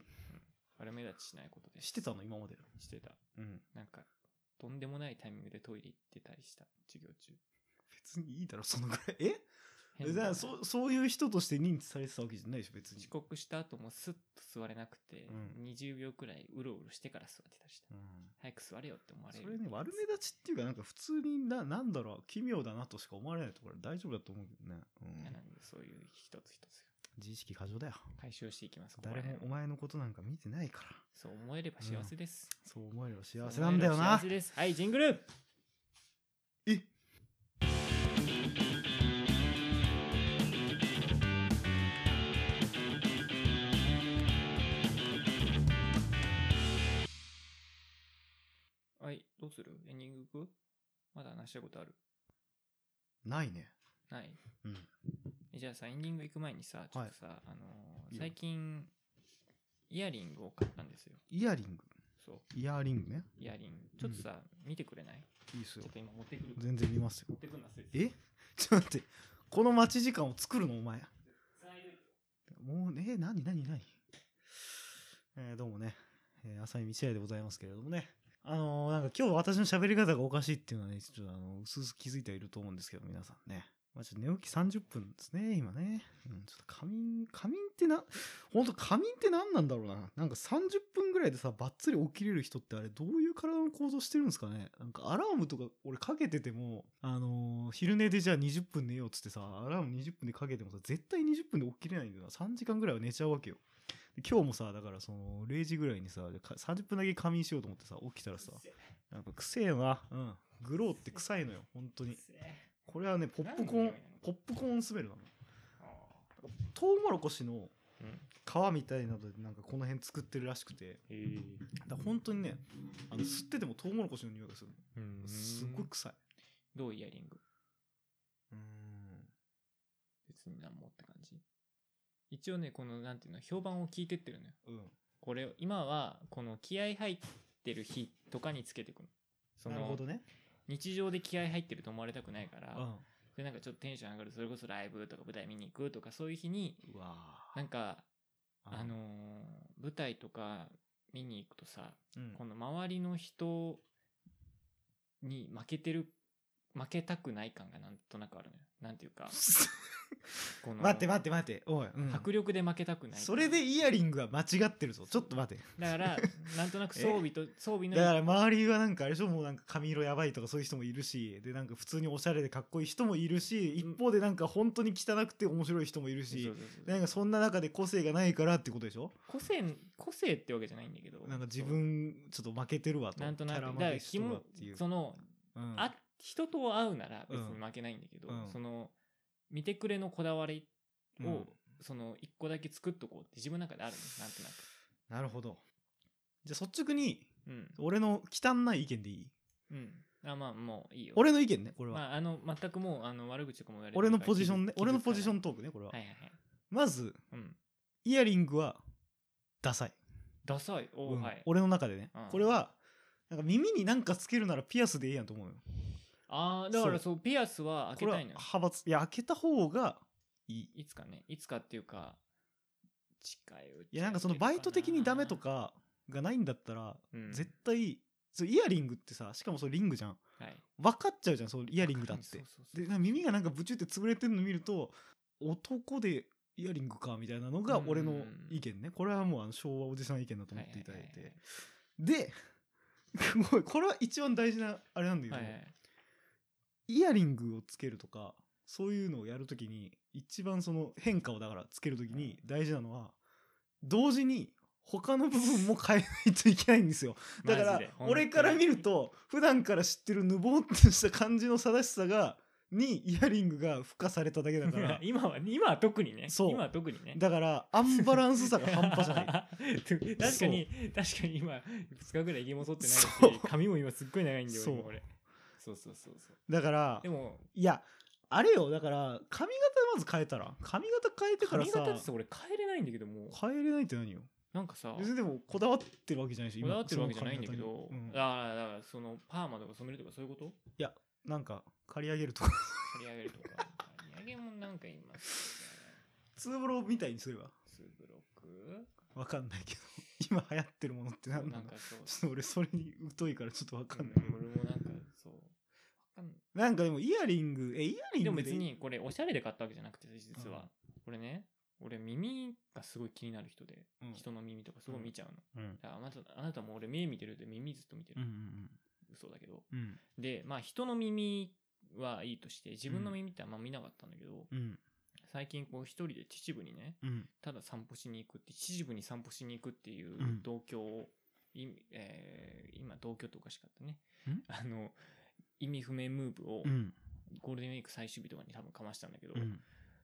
Speaker 1: 悪目立ちしないことです
Speaker 2: してたの今まで
Speaker 1: してた
Speaker 2: うん
Speaker 1: なんかとんでもないタイミングでトイレ行ってたりした授業中
Speaker 2: 別にいいだろそのぐらいえ
Speaker 1: 変
Speaker 2: え
Speaker 1: な
Speaker 2: だからそうそういう人として認知されてたわけじゃないでしょ別に
Speaker 1: 遅、刻した後もスッと座れなくて、
Speaker 2: うん
Speaker 1: 20秒くらいうろうろしてから座ってたりした
Speaker 2: うん、
Speaker 1: 早く座れよって思われる
Speaker 2: それね悪目立ちっていうかなんか普通にななんだろう奇妙だなとしか思われないところ大丈夫だと思うけどね、うん
Speaker 1: いやなんでそういう一つ一つ
Speaker 2: 自意識過剰だよ
Speaker 1: 解消していきますここら
Speaker 2: 誰も
Speaker 1: 辺
Speaker 2: お前のことなんか見てないから
Speaker 1: そう思えれば幸せです、
Speaker 2: そう思えれば幸せなんだよ
Speaker 1: 幸
Speaker 2: な
Speaker 1: せですはいジングル
Speaker 2: え
Speaker 1: はいどうするエンディングいくまだ話したことある
Speaker 2: ないね
Speaker 1: ない
Speaker 2: うん
Speaker 1: えじゃあさエンディング行く前にさちょっとさ、あの
Speaker 2: いい
Speaker 1: ー
Speaker 2: よ
Speaker 1: 最近イヤリングを買ったんですよ
Speaker 2: イヤリング
Speaker 1: そう
Speaker 2: イヤーリングね
Speaker 1: イヤリングちょっとさ、見てくれない
Speaker 2: いいっす
Speaker 1: ちょ
Speaker 2: よ
Speaker 1: っと今持ってくる持
Speaker 2: 全然見ますよ
Speaker 1: ってくるなすいません
Speaker 2: えちょっと待ってこの待ち時間を作るのお前
Speaker 1: 繋いで
Speaker 2: もうね、えー何何何えーどうもね、えー、浅見道愛でございますけれどもね。あのーなんか今日私の喋り方がおかしいっていうのはね、ちょっとあの、うすうす気づいてはいると思うんですけど、皆さんね。まあ、ちょっと寝起き30分ですね、今ね。うん、ちょっと仮眠、仮眠ってな、ほんと仮眠って何なんだろうな。なんか30分ぐらいでさ、ばっつり起きれる人ってあれどういう体の構造してるんですかね。なんかアラームとか俺かけてても、あのー昼寝でじゃあ20分寝ようっつってさ、アラーム20分でかけてもさ、絶対20分で起きれないんだよな。3時間ぐらいは寝ちゃうわけよ。で今日もさ、だからその0時ぐらいにさ、でか30分だけ仮眠しようと思ってさ、起きたらさ、なんか臭えよな。うん。グローって臭いのよ、本当に。これはね、ポップコー
Speaker 1: 何の匂い
Speaker 2: ン
Speaker 1: なの、
Speaker 2: ポップコーンスメルなの。トウモロコシの
Speaker 1: うん
Speaker 2: 皮みたいなのでなんかこの辺作ってるらしくて
Speaker 1: え
Speaker 2: だから本当にねあの吸っててもトウモロコシの匂いがするのすごい臭い
Speaker 1: どうイヤリング
Speaker 2: うん
Speaker 1: 別に何もって感じ一応ねこのなんていうの評判を聞いてってるのよ
Speaker 2: うん
Speaker 1: これ今はこの気合入ってる日とかにつけてくのそ
Speaker 2: なる
Speaker 1: の
Speaker 2: ほどね
Speaker 1: 日常で気合入ってると思われたくないから、
Speaker 2: うん
Speaker 1: でなんかちょっとテンション上がるそれこそライブとか舞台見に行くとかそういう日に
Speaker 2: うわ
Speaker 1: なんか
Speaker 2: ー
Speaker 1: あのー舞台とか見に行くとさ
Speaker 2: うん
Speaker 1: この周りの人に負けてる負けたくない感がなんとなくあるのよなんていうかこの
Speaker 2: 待って待って待っておい、うん
Speaker 1: 迫力で負けたくない
Speaker 2: それでイヤリングは間違ってるぞちょっと待って
Speaker 1: だからなんと
Speaker 2: <laughs>
Speaker 1: なく装備と装備の
Speaker 2: だから周りはなんかあれでしょもうなんか髪色やばいとかそういう人もいるしでなんか普通におしゃれでかっこいい人もいるし一方でなんか本当に汚くて面白い人もいる
Speaker 1: そうそ
Speaker 2: し
Speaker 1: うそう
Speaker 2: なんかそんな中で個性がないからってことでしょ
Speaker 1: 個性個性ってわけじゃないんだけど
Speaker 2: なんか自分ちょっと負けてるわ
Speaker 1: そう
Speaker 2: と
Speaker 1: なんとなく
Speaker 2: キャラ
Speaker 1: だ
Speaker 2: 負
Speaker 1: から
Speaker 2: け
Speaker 1: 気
Speaker 2: してるわ
Speaker 1: も
Speaker 2: っていう
Speaker 1: その
Speaker 2: うん
Speaker 1: あ人と会うなら別に負けないんだけど、
Speaker 2: うん
Speaker 1: その見てくれのこだわりを、
Speaker 2: うん
Speaker 1: その一個だけ作っとこうって自分の中であるのなんとなく。
Speaker 2: なるほどじゃあ率直に
Speaker 1: うん
Speaker 2: 俺の汚い意見でいい
Speaker 1: うん、あまあもういいよ。
Speaker 2: 俺の意見ねこれは、
Speaker 1: まあ、あの全くもうあの悪口とかも言われてる
Speaker 2: 俺のポジションね
Speaker 1: から
Speaker 2: 俺のポ
Speaker 1: 傷
Speaker 2: ジ
Speaker 1: つ
Speaker 2: シ
Speaker 1: か
Speaker 2: ョ
Speaker 1: ない
Speaker 2: ントークねこれは、
Speaker 1: はいはいはい。
Speaker 2: まず
Speaker 1: うん、
Speaker 2: イヤリングはダサい、
Speaker 1: ダサい。おー
Speaker 2: うん
Speaker 1: はい。
Speaker 2: 俺の中でね、
Speaker 1: うん
Speaker 2: これはなんか耳になんかつけるならピアスでええやんと思うよ
Speaker 1: ああ、だからそう、ピアスは開け
Speaker 2: これ
Speaker 1: た
Speaker 2: はい
Speaker 1: のよ。
Speaker 2: 派閥いや開けた方がいい
Speaker 1: いつかね、いつかっていうか、近いうち
Speaker 2: いやなんかそのバイト的にダメと、かがないんだったら、
Speaker 1: うん
Speaker 2: 絶対そうイヤリングってさしかもそれリングじゃん
Speaker 1: はい、
Speaker 2: 分かっちゃうじゃんそのイヤリングだって
Speaker 1: そうそうそう
Speaker 2: でなんか耳がなんかブチュって潰れてるの見ると男でイヤリングかみたいなのが俺の意見ねこれはもうあの昭和おじさん意見だと思っていただい
Speaker 1: は
Speaker 2: てで <laughs> ごめんこれは一番大事なあれなんだけど、
Speaker 1: はいはいはいはい
Speaker 2: イヤリングをつけるとかそういうのをやるときに一番その変化をだからつけるときに大事なのは同時に他の部分も変えないといけないんですよだか
Speaker 1: マ
Speaker 2: ら
Speaker 1: ジで本当に
Speaker 2: 俺から見ると普段から知ってるぬぼーっとした感じの正しさがにイヤリングが付加されただけ
Speaker 1: <laughs>
Speaker 2: だから
Speaker 1: 今は今は特にね
Speaker 2: そう
Speaker 1: 今は特にね
Speaker 2: だからアンバランスさが半端じゃない
Speaker 1: <laughs> 確かに確かに今2日ぐらいひげも剃ってないし
Speaker 2: そう
Speaker 1: 髪も今すっごい長いんだよ
Speaker 2: そう
Speaker 1: 今俺そうそうそうそう
Speaker 2: だから
Speaker 1: でも
Speaker 2: いやあれよだから髪型まず変えたら髪型変えてから
Speaker 1: 髪
Speaker 2: さ
Speaker 1: 型ってさ俺変えれないんだけどもう
Speaker 2: 変えれないって何よ
Speaker 1: なんかさ
Speaker 2: 別にでもこだわってるわけじゃないし
Speaker 1: こ
Speaker 2: 今
Speaker 1: だわってるわけじゃないんだけ
Speaker 2: その
Speaker 1: ど、
Speaker 2: 髪型にう
Speaker 1: だ
Speaker 2: ん
Speaker 1: からだからそのパーマとか染めるとかそういうこと
Speaker 2: なんか刈り上げるとか
Speaker 1: 刈り上げるとか刈り上げもなんか今
Speaker 2: ツーブロみたいにすれば
Speaker 1: ツーブロッ
Speaker 2: わかんないけど今流行ってるものって
Speaker 1: ク
Speaker 2: 何
Speaker 1: な
Speaker 2: なんの
Speaker 1: かそう
Speaker 2: ちょっと俺それに疎いからちょっとわかんない、
Speaker 1: うん俺もなんかそうわかん
Speaker 2: なんかでもイヤリングえイヤリング
Speaker 1: でも別にこれおしゃれで買ったわけじゃなくて実は、
Speaker 2: うん
Speaker 1: これね俺耳がすごい気になる人で、
Speaker 2: うん
Speaker 1: 人の耳とかすごい見ちゃうの、
Speaker 2: うん
Speaker 1: だからあなたあなたも俺目見てるで耳ずっと見て
Speaker 2: う
Speaker 1: る、
Speaker 2: んうん
Speaker 1: 嘘だけど
Speaker 2: うん
Speaker 1: でまあ人の耳はいいとして自分の耳ってあんま見なかったんだけど、
Speaker 2: うん
Speaker 1: 最近こう一人で秩父にね
Speaker 2: うん
Speaker 1: ただ散歩しに行くって秩父に散歩しに行くっていう
Speaker 2: うん
Speaker 1: 同居を、いえー今同居っておかしかったね
Speaker 2: ん
Speaker 1: あの意味不明ムーブを
Speaker 2: うん
Speaker 1: ゴールデンウィーク最終日とかに多分かましたんだけど、
Speaker 2: うん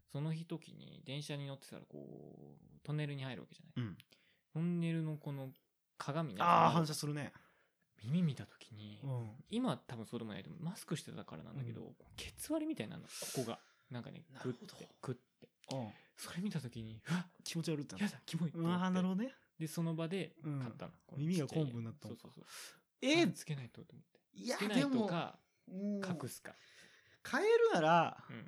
Speaker 1: その日時に電車に乗ってたらこうトンネルに入るわけじゃない、
Speaker 2: うん
Speaker 1: トンネルのこの鏡に
Speaker 2: ああ反射するね
Speaker 1: 耳見た時に、
Speaker 2: うん
Speaker 1: 今多分そうでもないけどマスクしてたからなんだけど、こうケツ割りみたいなのここがなんかね
Speaker 2: な
Speaker 1: グ
Speaker 2: る
Speaker 1: ッ
Speaker 2: ほど
Speaker 1: てグッて
Speaker 2: うん
Speaker 1: それ見た時にうわ
Speaker 2: 気持ち悪いってな
Speaker 1: やだキモいって思って
Speaker 2: ああなるほどね
Speaker 1: でその場で買ったの、この
Speaker 2: 耳が
Speaker 1: ちっちゃい
Speaker 2: 昆布になったの
Speaker 1: そうそうそう
Speaker 2: え
Speaker 1: あ
Speaker 2: ー
Speaker 1: つけないとと思って
Speaker 2: いや
Speaker 1: つけない
Speaker 2: で
Speaker 1: と
Speaker 2: も
Speaker 1: か
Speaker 2: うん
Speaker 1: 隠すか
Speaker 2: 変えるなら
Speaker 1: うん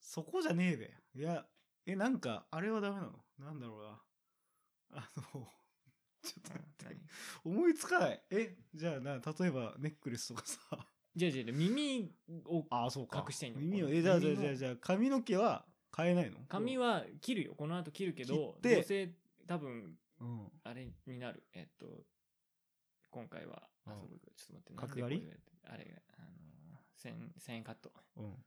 Speaker 2: そこじゃねえべ。いや、え、なんか、あれはダメなのなんだろうな。あの、 <laughs> ちょっと待って。
Speaker 1: 何
Speaker 2: 思いつかない。え、じゃあな、例えばネックレスとかさ。
Speaker 1: じゃあじゃあじゃあ耳を
Speaker 2: ああ、そう
Speaker 1: か
Speaker 2: 隠したいの
Speaker 1: 耳
Speaker 2: 耳
Speaker 1: を
Speaker 2: を、
Speaker 1: え
Speaker 2: え、
Speaker 1: じ
Speaker 2: じ
Speaker 1: ゃ
Speaker 2: ゃ
Speaker 1: あ
Speaker 2: あじゃあ
Speaker 1: じ
Speaker 2: じ
Speaker 1: ゃ
Speaker 2: ゃ
Speaker 1: あ
Speaker 2: あ
Speaker 1: じ
Speaker 2: じゃ髪の毛は変えないの
Speaker 1: 髪
Speaker 2: は、
Speaker 1: は切るよこの後切るけど
Speaker 2: 切って
Speaker 1: 女性多分
Speaker 2: うん。
Speaker 1: あれになるえっと今回は
Speaker 2: うん
Speaker 1: あそこちょっと待って
Speaker 2: 角刈り
Speaker 1: なんでこれあれがあの1000円カット
Speaker 2: うん。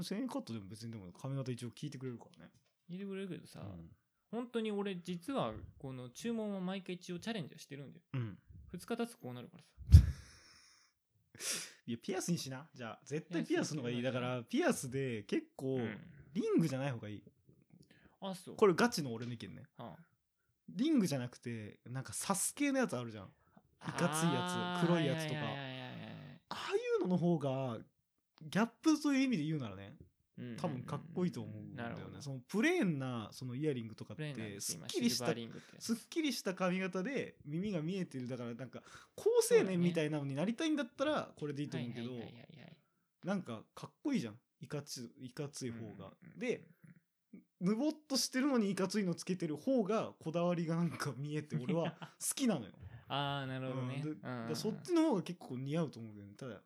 Speaker 2: 1000円カットでも別にでも髪型一応聞いてくれるからね。
Speaker 1: 入れてくれるけどさ、
Speaker 2: うん
Speaker 1: 本当に俺実はこの注文は毎回一応チャレンジはしてるんだよ
Speaker 2: うん。
Speaker 1: 2日経つとこうなるからさ
Speaker 2: いや、ピアスにしな。じゃあ、絶対ピアスの方がいい。
Speaker 1: ピア
Speaker 2: だ
Speaker 1: ス
Speaker 2: から、ピアスで結構、
Speaker 1: うん
Speaker 2: リングじゃない方がいい。
Speaker 1: あそう
Speaker 2: こ
Speaker 1: れ
Speaker 2: れガチの俺の意見ね。
Speaker 1: あ
Speaker 2: リングじゃなくて、なんかサス系のやつあるじゃん。いかついやつ黒いやつとか
Speaker 1: あーはいはいはいはいはい
Speaker 2: ああいうのの方が、ギャップという意味で言うならね、
Speaker 1: うん
Speaker 2: 多分かっこいいと思うんだよね。
Speaker 1: なるほど
Speaker 2: そのプレーンなそのイヤリングとかっ
Speaker 1: プレーンなん
Speaker 2: て、
Speaker 1: です
Speaker 2: すっ
Speaker 1: 今
Speaker 2: きりし
Speaker 1: シルバ
Speaker 2: た
Speaker 1: ー、リングってやつ
Speaker 2: すっきりした髪型で耳が見えてる。だからなんか、高青年みたいなのになりたいんだったら、これでいいと思うけど
Speaker 1: は、いはいはいはいはい
Speaker 2: なんかかっこいいじゃん。いかつ、いかつい方が
Speaker 1: うんうんう。ん
Speaker 2: で、ぬぼっとしてるのにいかついのつけてる方が、こだわりがなんか見えて、
Speaker 1: <laughs>
Speaker 2: 俺は好きなのよ。
Speaker 1: ああなるほどね、
Speaker 2: うんでだからそっちの方が結構似合うと思うけどねただ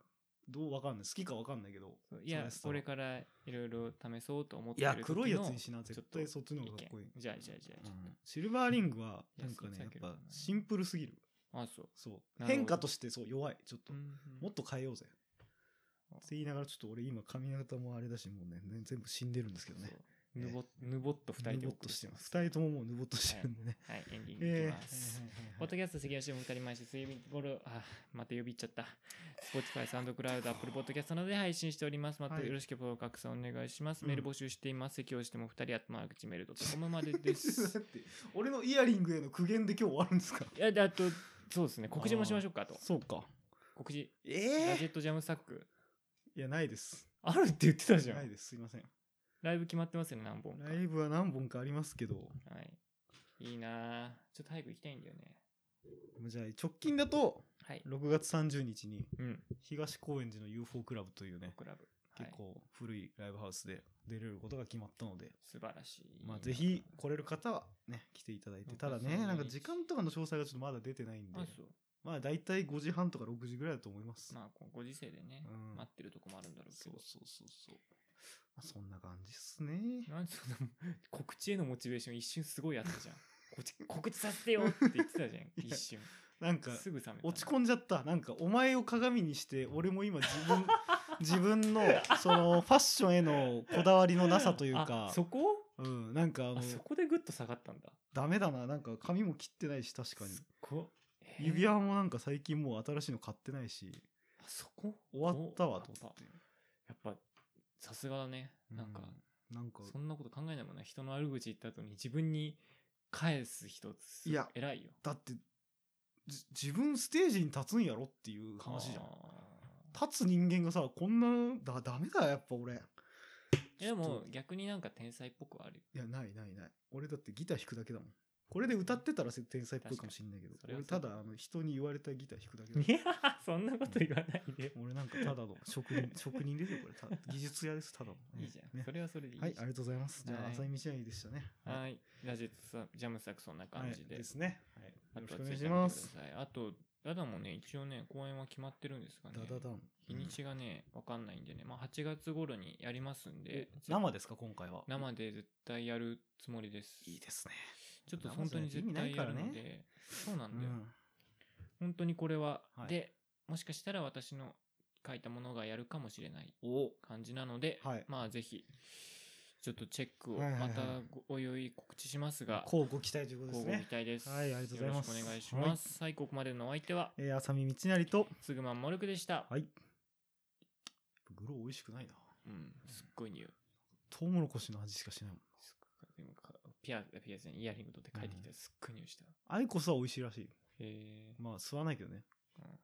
Speaker 2: どうわかんない好きかわかんないけど
Speaker 1: いや
Speaker 2: そした
Speaker 1: こ
Speaker 2: ら
Speaker 1: れからいろいろ試そうと思っ
Speaker 2: い
Speaker 1: て
Speaker 2: や
Speaker 1: る時の
Speaker 2: 黒いやつにしな
Speaker 1: ちょ
Speaker 2: 絶
Speaker 1: っと
Speaker 2: 対そっちの方がかっこいい、
Speaker 1: じゃあじゃあじゃあじゃ
Speaker 2: うんシルバーリングはなんか
Speaker 1: い
Speaker 2: ね
Speaker 1: や
Speaker 2: やっ
Speaker 1: そう
Speaker 2: ぱシンプルすぎる
Speaker 1: あ、あそう
Speaker 2: そう
Speaker 1: なるほど
Speaker 2: 変化としてそう弱いちょっと、
Speaker 1: うんうん
Speaker 2: もっと変えようぜって言いながらちょっと俺今髪型もあれだしもうねね全部死んでるんですけどね
Speaker 1: そうぬぼっぬぼっと二人で
Speaker 2: ぬ
Speaker 1: お
Speaker 2: ぼっ
Speaker 1: 送
Speaker 2: と
Speaker 1: り
Speaker 2: してます2人とももうぬぼっとしてるんでね、
Speaker 1: はいエンディングいき
Speaker 2: ええ
Speaker 1: ます、
Speaker 2: ー
Speaker 1: ポッドキャスト関足を向かりまして、水曜日ゴロ、あ、また呼びっちゃった。Spotify、サウンドクラウド、Apple Podcast などで配信しております。また
Speaker 2: はい
Speaker 1: よろしければご拡散お願いします。
Speaker 2: うん
Speaker 1: メール募集しています。席をしても二人、アットマークチメールドットコムまでで
Speaker 2: <laughs> だ
Speaker 1: す。
Speaker 2: って俺のイヤリングへの苦言で今日終わるんですか
Speaker 1: いや、であと、そうですね、告知もしましょうかと。
Speaker 2: そうか
Speaker 1: 告知、
Speaker 2: え
Speaker 1: ガ
Speaker 2: え
Speaker 1: ジェットジャムサック。
Speaker 2: いやないです
Speaker 1: あるって言ってたじゃ
Speaker 2: ない
Speaker 1: ん。
Speaker 2: ですすいません
Speaker 1: ライブ決まってますよね、何本か。
Speaker 2: ライブは何本かありますけど、
Speaker 1: はい。いいなぁ。ちょっと早く行きたいんだよね。
Speaker 2: じゃあ直近だと
Speaker 1: はい。
Speaker 2: 6月30日に
Speaker 1: うん。
Speaker 2: 東高円寺の UFO クラブというね、
Speaker 1: クラブ。はい
Speaker 2: 結構古いライブハウスで出れることが決まったので、
Speaker 1: 素晴らしい。
Speaker 2: まあぜひ来れる方はね、来ていただいて、ただね、なんか時間とかの詳細がちょっとまだ出てないんで
Speaker 1: あ、、そう。
Speaker 2: まあ大体5時半とか6時ぐらいだと思います。
Speaker 1: まあ、こうご時世でね、
Speaker 2: うん
Speaker 1: 待ってるとこもあるんだろうけ
Speaker 2: そう
Speaker 1: ど。
Speaker 2: そうそうそう。まあ、そんな感じっすね。
Speaker 1: なんでそんな、告知へのモチベーション一瞬すごいあった
Speaker 2: <laughs>
Speaker 1: じゃん。こっち告知させてよって言ってたじゃん、一瞬。
Speaker 2: なんか、
Speaker 1: すぐ冷めた。
Speaker 2: 落ち込んじゃった。なんか、お前を鏡にして、俺も今自 <laughs> 分、自分の、その、ファッションへのこだわりのなさという
Speaker 1: あ
Speaker 2: か、
Speaker 1: そこ
Speaker 2: うん、なんかあの
Speaker 1: あ、そこでぐっと下がったんだ。
Speaker 2: ダメだな。なんか、髪も切ってないし、確かに
Speaker 1: す。っごえー
Speaker 2: 指輪もなんか最近もう新しいの買ってないし、
Speaker 1: あそこ
Speaker 2: 終わったわ、と
Speaker 1: おや
Speaker 2: 思
Speaker 1: っ
Speaker 2: っ
Speaker 1: ぱ
Speaker 2: て。
Speaker 1: やっぱ、さすがだね。なんか、
Speaker 2: うん、なんか、
Speaker 1: そんなこと考えないもんね。人の悪口言った後に自分に返す人つ
Speaker 2: いや
Speaker 1: 偉いよ。
Speaker 2: だって、じ自分ステージに立つんやろっていう話じゃん。
Speaker 1: あ
Speaker 2: 立つ人間がさ、こんな、だ、ダメだ、やっぱ俺。
Speaker 1: ーいやでも逆になんか天才っぽくはあるよ。
Speaker 2: いや、ないないない。俺だってギター弾くだけだもん。これで歌ってたらせ天才っぽいかもしんないけど
Speaker 1: 確、かに
Speaker 2: 俺
Speaker 1: それは
Speaker 2: た
Speaker 1: そう
Speaker 2: だあの人に言われたギター弾くだ
Speaker 1: <laughs>
Speaker 2: けだもん
Speaker 1: いや、そんなこと言わない
Speaker 2: <laughs>
Speaker 1: でよ。
Speaker 2: 俺なんかただ
Speaker 1: <laughs>
Speaker 2: の職人、職人ですよ、こ <laughs> れ。た技術屋です、ただの。
Speaker 1: いいじゃん。
Speaker 2: ね
Speaker 1: それはそれでいい。
Speaker 2: はい、ありがとうございます。じゃ
Speaker 1: は
Speaker 2: あ、
Speaker 1: い
Speaker 2: 浅井道成でしたね。
Speaker 1: は。い。ラジェットさジャムサクそんな感じで。
Speaker 2: はいですね。はい。よ
Speaker 1: あ
Speaker 2: ろし
Speaker 1: と
Speaker 2: く
Speaker 1: は
Speaker 2: お
Speaker 1: ツイ
Speaker 2: 願い
Speaker 1: ッ
Speaker 2: し
Speaker 1: ター
Speaker 2: ま
Speaker 1: 見て
Speaker 2: す
Speaker 1: く。ださい。あと、ダダもね、一応ね、公演は決まってるんですがね
Speaker 2: ダ。ダダン。
Speaker 1: 日にちがね、わかんないんでね、まあ8月頃にやりますんで、
Speaker 2: 生ですか、今回は。
Speaker 1: 生で絶対やるつもりです。
Speaker 2: いいですね。
Speaker 1: ちょっと
Speaker 2: 生
Speaker 1: 本当に
Speaker 2: じゃな
Speaker 1: 絶
Speaker 2: いと意味ない
Speaker 1: 対やる
Speaker 2: から
Speaker 1: の
Speaker 2: ね
Speaker 1: で、そうな
Speaker 2: うん
Speaker 1: だよ。
Speaker 2: ん。
Speaker 1: 本当にこれは、
Speaker 2: はい
Speaker 1: で、もしかしたら私の書いたものがやるかもしれない
Speaker 2: お
Speaker 1: 感じなので、
Speaker 2: はい
Speaker 1: まあぜひ、ちょっとチェックを
Speaker 2: はいはいは
Speaker 1: ま
Speaker 2: い
Speaker 1: たおいおい告知しますが、
Speaker 2: こうご期待ということで
Speaker 1: 交
Speaker 2: す
Speaker 1: 互期
Speaker 2: ね。
Speaker 1: 待です。
Speaker 2: はいありがとうございます
Speaker 1: よろしくお願いします。はい、ここまでのお相手は、
Speaker 2: えー、浅見道成と、
Speaker 1: すぐまんもるくでした。
Speaker 2: はい。グロー美味しくないな。
Speaker 1: うん、すっごい匂い。
Speaker 2: トウモロコシの味しかしないもん。
Speaker 1: すっごい今かピア、ピアスにイヤリング取って帰ってきたらすっごい匂いした。
Speaker 2: アイコスは美味しいらしい。
Speaker 1: へ
Speaker 2: まあ、吸わないけどね。
Speaker 1: うん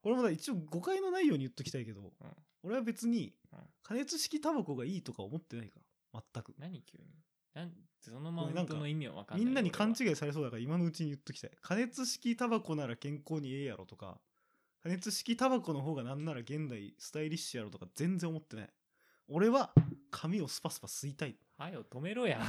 Speaker 2: これもだ、一応誤解のないように言っときたいけど、
Speaker 1: うん
Speaker 2: 俺は別に
Speaker 1: うん、
Speaker 2: 加熱式タバコがいいとか思ってないから、全く
Speaker 1: ー。何急になんそのマウ
Speaker 2: なん
Speaker 1: ン
Speaker 2: か
Speaker 1: トの意味はわかんない。
Speaker 2: みんなに勘
Speaker 1: い。
Speaker 2: 違いされそうだから今のうちに言っときたい。加熱式タバコなら健康にええやろとか、加熱式タバコの方がなんなら現代スタイリッシュやろとか全然思ってない。俺は髪をスパスパ吸いたい。
Speaker 1: はよ、止めろや。